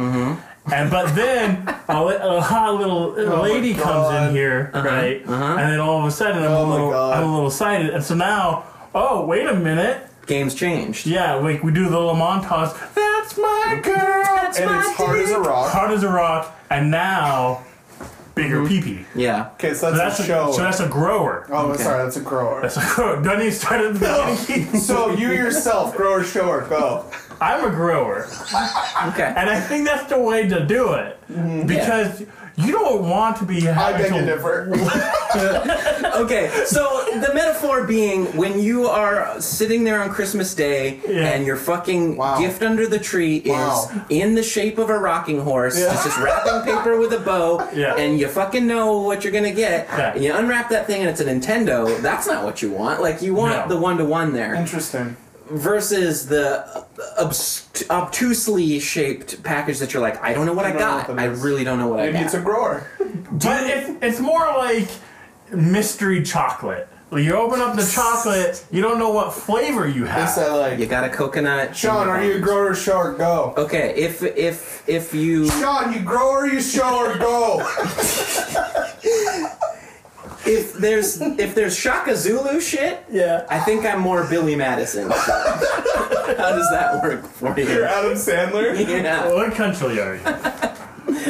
And but then a, li- a hot little lady Oh my comes God. in here, right? And then all of a sudden, I'm Oh a my little, God. I'm a little excited, and so now, oh, wait a minute. games changed. Yeah, like we do the little montage. That's my girl. That's And it's hard as a rock. hard as a rock, and now bigger peepee. Yeah. Okay, So so Mm-hmm. that's, that's a show. a, so that's a grower. oh, I'm sorry, that's a grower. That's a grower. Don't even start at the beginning. so you yourself, grower, shower, go. I'm a grower, Okay. and I think that's the way to do it because you don't want to be. Mm-hmm. I having beg to to- differ. okay. So the metaphor being when you are sitting there on Christmas Day Yeah. and your fucking Wow. gift under the tree Wow. is in the shape of a rocking horse. Yeah. It's just wrapping paper with a bow, Yeah. and you fucking know what you're gonna get. Yeah. And you unwrap that thing, and it's a Nintendo. That's not what you want. Like you want No. the one to one there. Interesting. versus the uh, obst- obtusely shaped package that you're like, I don't know what I, don't know got. what that I is." really don't know what I Maybe got. it's a grower. But it's, it's more like mystery chocolate. You open up the chocolate, you don't know what flavor you It's have. that like, you got a coconut. Sean, are you a grower, show, or go? Okay, if if if you Sean, you grow or you show or go? if there's if there's Shaka Zulu shit, Yeah. I think I'm more Billy Madison. How does that work for you? You're Adam Sandler? Yeah. What country are you?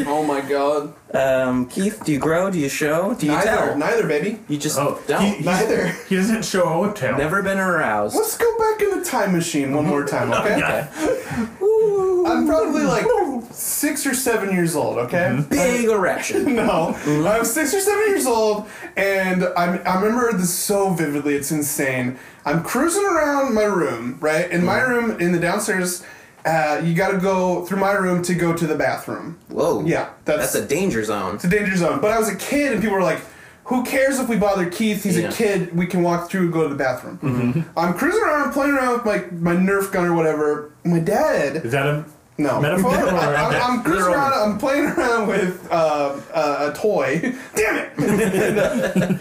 Oh my god. Um, Keith, do you grow? Do you show? Do you Neither, tell? neither, baby. You just Oh, don't. he- Neither. He doesn't show a hotel. Never been aroused. Let's go back in the time machine one more Oh, time, okay? Yeah. I'm probably like six or seven years old, okay? Big erection. No, I'm six or seven years old, and I'm, I remember this so vividly. It's insane. I'm cruising around my room, right? In Mm. my room, in the downstairs, uh, you got to go through my room to go to the bathroom. Whoa. Yeah, That's, that's- a danger zone. It's a danger zone. But I was a kid, and people were like, "Who cares if we bother Keith? He's Yeah. Mm-hmm. a kid. We can walk through and go to the bathroom." I'm cruising around, playing around with my my Nerf gun or whatever. My dad. Is that a No. metaphor? or- I'm, okay. I'm cruising around. I'm playing around with uh, uh, a toy. Damn it! And,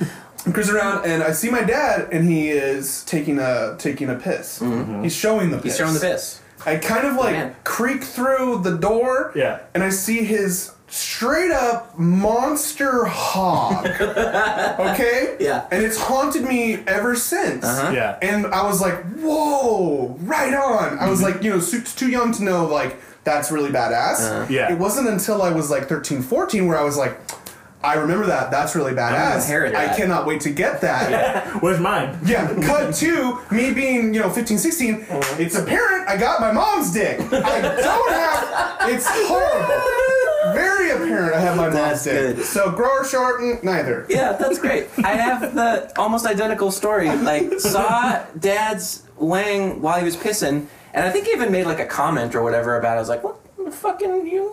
uh, I'm cruising around, and I see my dad, and he is taking a taking a piss. He's showing the Mm-hmm. piss. He's showing the piss. I kind of like Man. creak through the door. Yeah. And I see his straight up monster hog. okay? Yeah. And it's haunted me ever since. Uh-huh. Yeah. And I was like, whoa, right on. I was like, you know, su- too young to know, like, that's really badass. Uh-huh. Yeah. It wasn't until I was like 13, 14 where I was like, I remember that. That's really badass. inherit I that." cannot wait to get that. Where's mine? Yeah, cut to me being, you know, 15, 16. It's apparent I got my mom's dick. I don't have. It's horrible. Very apparent I have my mom's That's dick. good. So grower short, mm, neither. Yeah, that's great. I have the almost identical story. Like saw Dad's Wang while he was pissing, and I think he even made like a comment or whatever about. it. I was like, what the fucking you?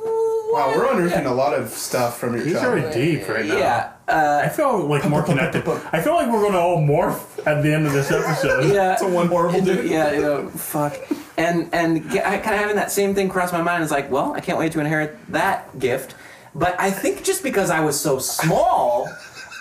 Wow, we're unearthing a lot of stuff from your These childhood. are deep right now. Yeah, uh, I feel like more connected. I feel like we're going to all morph at the end of this episode. yeah. It's a one horrible dude. yeah, yeah, fuck. And and g- I kind of having that same thing cross my mind is like, well, I can't wait to inherit that gift. But I think just because I was so small,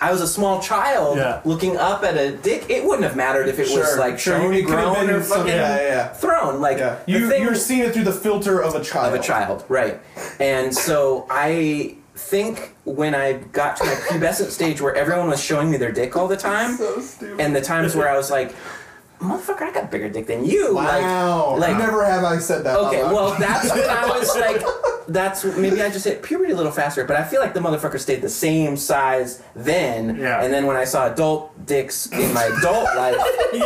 I was a small child Yeah. looking up at a dick. It wouldn't have mattered if it was like shown, it could've grown, been or some- fucking Yeah, yeah, thrown. Like yeah. the You, thing- you're seeing it through the filter of a child. of a child, right? And so I think when I got to my pubescent stage where everyone was showing me their dick all the time, and the times where I was like, "Motherfucker, I got a bigger dick than you!" Wow. Like, like Never have I said that. out okay, loud. well, that's when I was like, "That's maybe I just hit puberty a little faster," but I feel like the motherfucker stayed the same size then, Yeah. and then when I saw adult dicks in my adult life,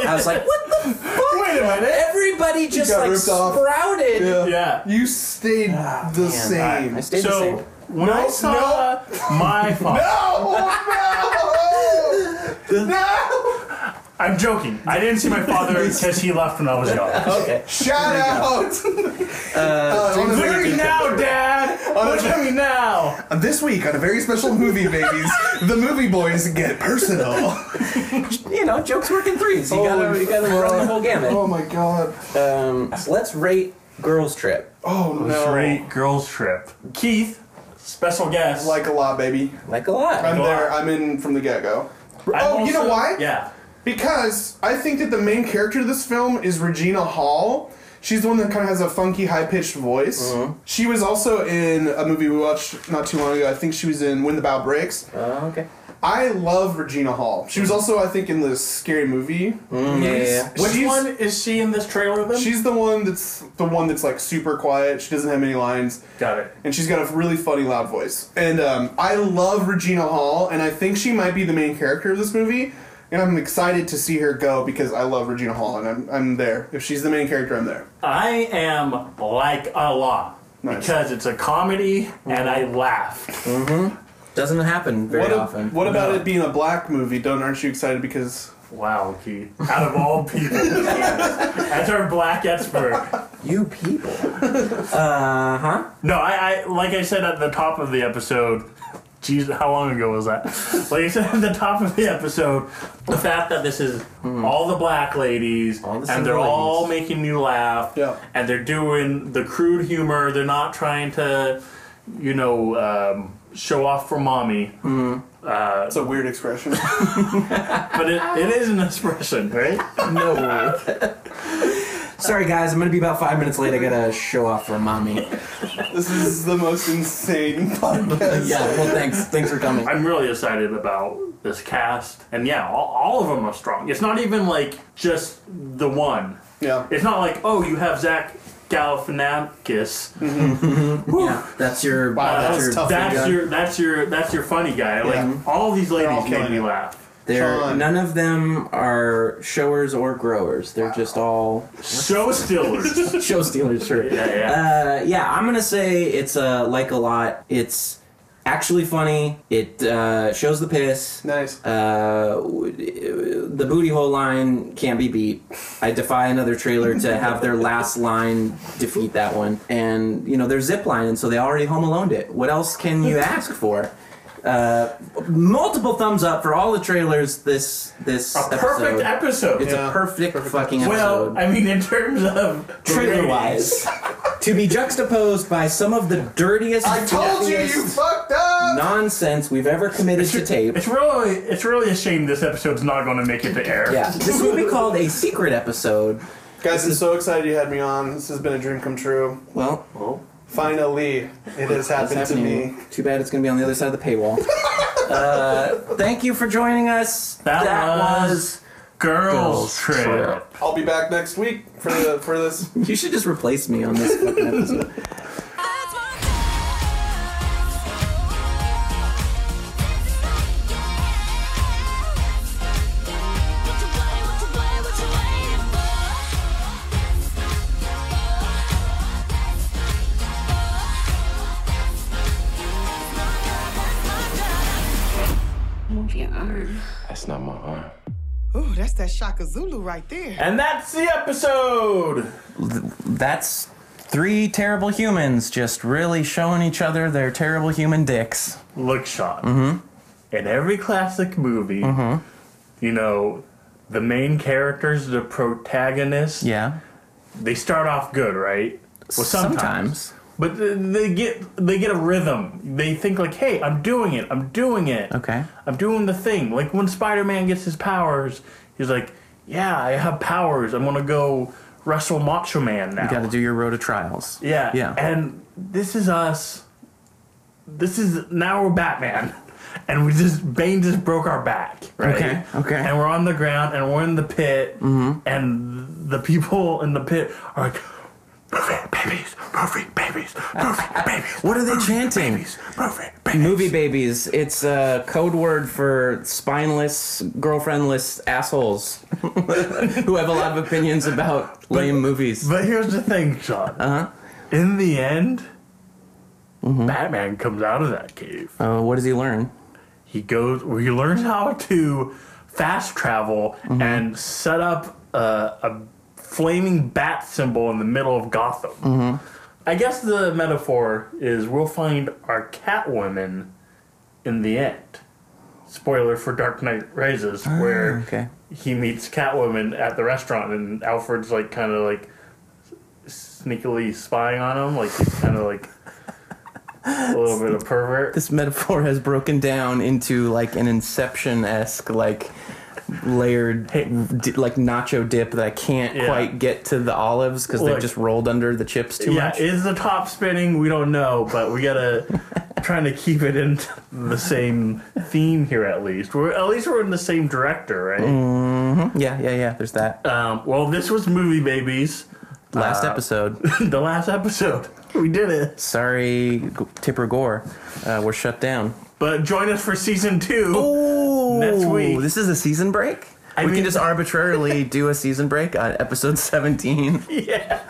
I was like, "What the fuck?" Wait a minute. Everybody just got like ripped off. sprouted. Oh, Yeah. Yeah. You stayed the Ah, Man, same. I, I stayed the So same. when I saw my father, Oh, no! no! I'm joking. I didn't see my father because he left when I was young. Okay. Shout out! Uh, on a Look at very- me now, Oh, Dad. Look at me now. this week on a very special movie, babies, the movie boys get personal. you know, jokes work in threes. You gotta, you gotta run the whole gamut. Oh my god. Um, so let's rate Girls Trip. Oh no. Great girls trip. Keith, special guest. Like a lot, baby. Like a lot. I'm Go there. on. I'm in from the get go. Oh I'm Oh, you know also- why? Yeah. Because I think that the main character of this film is Regina Hall. She's the one that kind of has a funky, high pitched voice. She was also in a movie we watched not too long ago. I think she was in When the Bow Breaks. Oh, okay. I love Regina Hall. She was also, I think, in the scary movie. Mm, yeah, yeah, yeah. Which She's- one is she in this trailer then? She's the one that's the one that's like super quiet. She doesn't have many lines, got it. and she's got a really funny, loud voice. And um, I love Regina Hall, and I think she might be the main character of this movie. And I'm excited to see her go because I love Regina Hall, and I'm I'm there. If she's the main character, I'm there. I am like Allah Nice. Mm. because it's a comedy and I laugh. Doesn't happen very What, a- often. what about No. it being a black movie? Don't aren't you excited because Wow, Keith. Out of all people, that's our black expert. you people? Uh huh. No, I, I like I said at the top of the episode, Jesus, how long ago was that? Like I said at the top of the episode, the fact that this is all the black ladies Hmm. All the and single they're all ladies. making you laugh Yeah. and they're doing the crude humor, they're not trying to, you know, um, show off for mommy. That's a weird expression. But it, it is an expression, right? No. Sorry, guys. I'm gonna be about five minutes late. I gotta show off for mommy. this is the most insane podcast. Yeah. Well, thanks. Thanks for coming. I'm really excited about this cast. And yeah, all, all of them are strong. It's not even like just the one. Yeah. It's not like, oh, you have Zach Galifianakis. Yeah. That's your. Wow, that that's was your. tough. That's Yeah. your that's your that's your funny guy. Like Yeah. all these ladies all made funny. me laugh. They're, Sean. none of them are showers or growers. They're just all Show stillers. show stealers. Sure. yeah, yeah. Uh, yeah, I'm gonna say it's uh, like a lot. It's actually funny. It uh, shows the piss. Nice. Uh, w- the booty hole line can't be beat. I defy another trailer to have their last line defeat that one. And you know they're zip lining, so they already home alone it. What else can you ask for? Uh, multiple thumbs up for all the trailers. This Uh, this a perfect episode. episode. It's Yeah, a perfect, fucking episode Well, I mean, in terms of the trailer ratings, wise to be juxtaposed by some of the dirtiest I told you you filthiest fucked up. nonsense we've ever committed to tape it's really it's really a shame this episode's not going to make it to air. yeah this will be called a secret episode Guys, I'm so excited you had me on. This has been a dream come true. well Finally, it has it's happened to me. happening too bad it's going to be on the other side of the paywall uh, thank you for joining us That, was, girls, Girls trip. Trip. I'll be back next week for the for this. was- you should just replace me on this fucking episode Move your arm. That's not my arm. Ooh, that's that Shaka Zulu right there. And that's the episode. that's three terrible humans just really showing each other their terrible human dicks Look, Sean. Mm-hmm. In every classic movie, you know, the main characters, the protagonists, yeah they start off good, right? Well, Sometimes. But th- they get they get a rhythm. They think like, "Hey, I'm doing it. I'm doing it. Okay. I'm doing the thing." Like when Spider-Man gets his powers, he's like, "Yeah, I have powers. I'm gonna go wrestle Macho Man now." you got to do your road to trials Yeah. yeah And this is us. This is now we're Batman. And we just Bane just broke our back, right? Okay, okay. Mm-hmm. And we're on the ground and we're in the pit and the people in the pit are like perfect babies, perfect babies, perfect babies. What are they chanting? Babies, perfect babies. Movie babies. It's a code word for spineless, girlfriendless assholes who have a lot of opinions about lame movies. But here's the thing, Sean. Uh-huh. In the end, Mm-hmm. Batman comes out of that cave. Uh, what does he learn? he goes where he learns how to fast travel and set up a, a flaming bat symbol in the middle of Gotham. I guess the metaphor is we'll find our Catwoman in the end. Spoiler for Dark Knight Rises, where okay. he meets Catwoman at the restaurant, and Alfred's like kind of like sneakily spying on him, like he's kind of like a little bit of pervert. This metaphor has broken down into like an Inception esque, like layered, di- like nacho dip that I can't Yeah. quite get to the olives because they've Look. just rolled under the chips too yeah, much. is the top spinning? We don't know, but we gotta trying to keep it in the same theme here at least. We're at least we're in the same director, right? Mm. yeah, yeah, yeah. There's that. Um, well, this was movie babies. Last episode. the last episode, we did it. Sorry, G- Tipper Gore. Uh, we're shut down. But join us for season two. Oh, Ooh, Next week. This is a season break. I we mean- can just arbitrarily do a season break on episode 17. Yeah,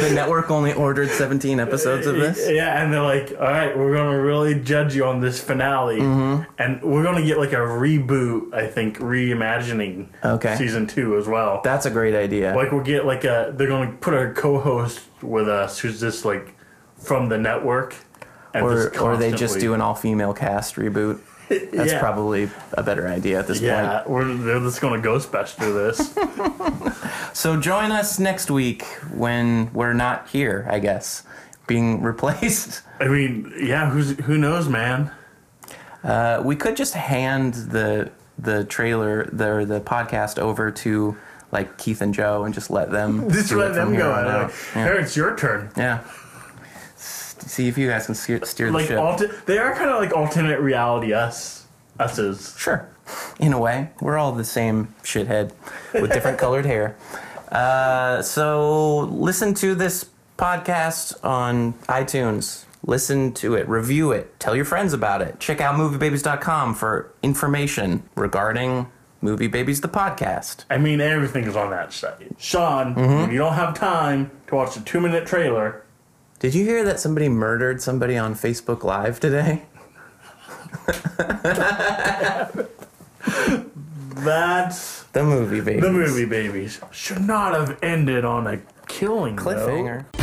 The network only ordered 17 episodes of this. yeah, and they're like, all right, we're gonna really judge you on this finale, Mm-hmm. and we're gonna get like a reboot, I think, reimagining Okay. season two as well. That's a great idea. like we'll get like a they're gonna put a co-host with us who's just like from the network at this or or they just constantly. do an all female cast reboot. That's Yeah. probably a better idea at this point. Yeah, we're, they're just going to Ghostbuster this. So join us next week when we're not here, I guess, being replaced. I mean, yeah, who's who knows, man? Uh, we could just hand the the trailer the the podcast over to like Keith and Joe and just let them Just do let it them from here go. on Like, out. Yeah. Here, it's your turn. yeah. S- See if you guys can steer, steer the Like ship. alter- they are kind of like alternate reality us, uses. Sure. In a way, we're all the same shithead with different colored hair. Uh, so listen to this podcast on iTunes. Listen to it, review it, tell your friends about it. Check out moviebabies.com for information regarding Movie Babies the podcast. I mean, everything is on that site. Sean, Mm-hmm. if you don't have time to watch a two-minute trailer, Did you hear that somebody murdered somebody on Facebook Live today? that's The Movie Babies. the movie babies should not have ended on a killing though. Cliffhanger.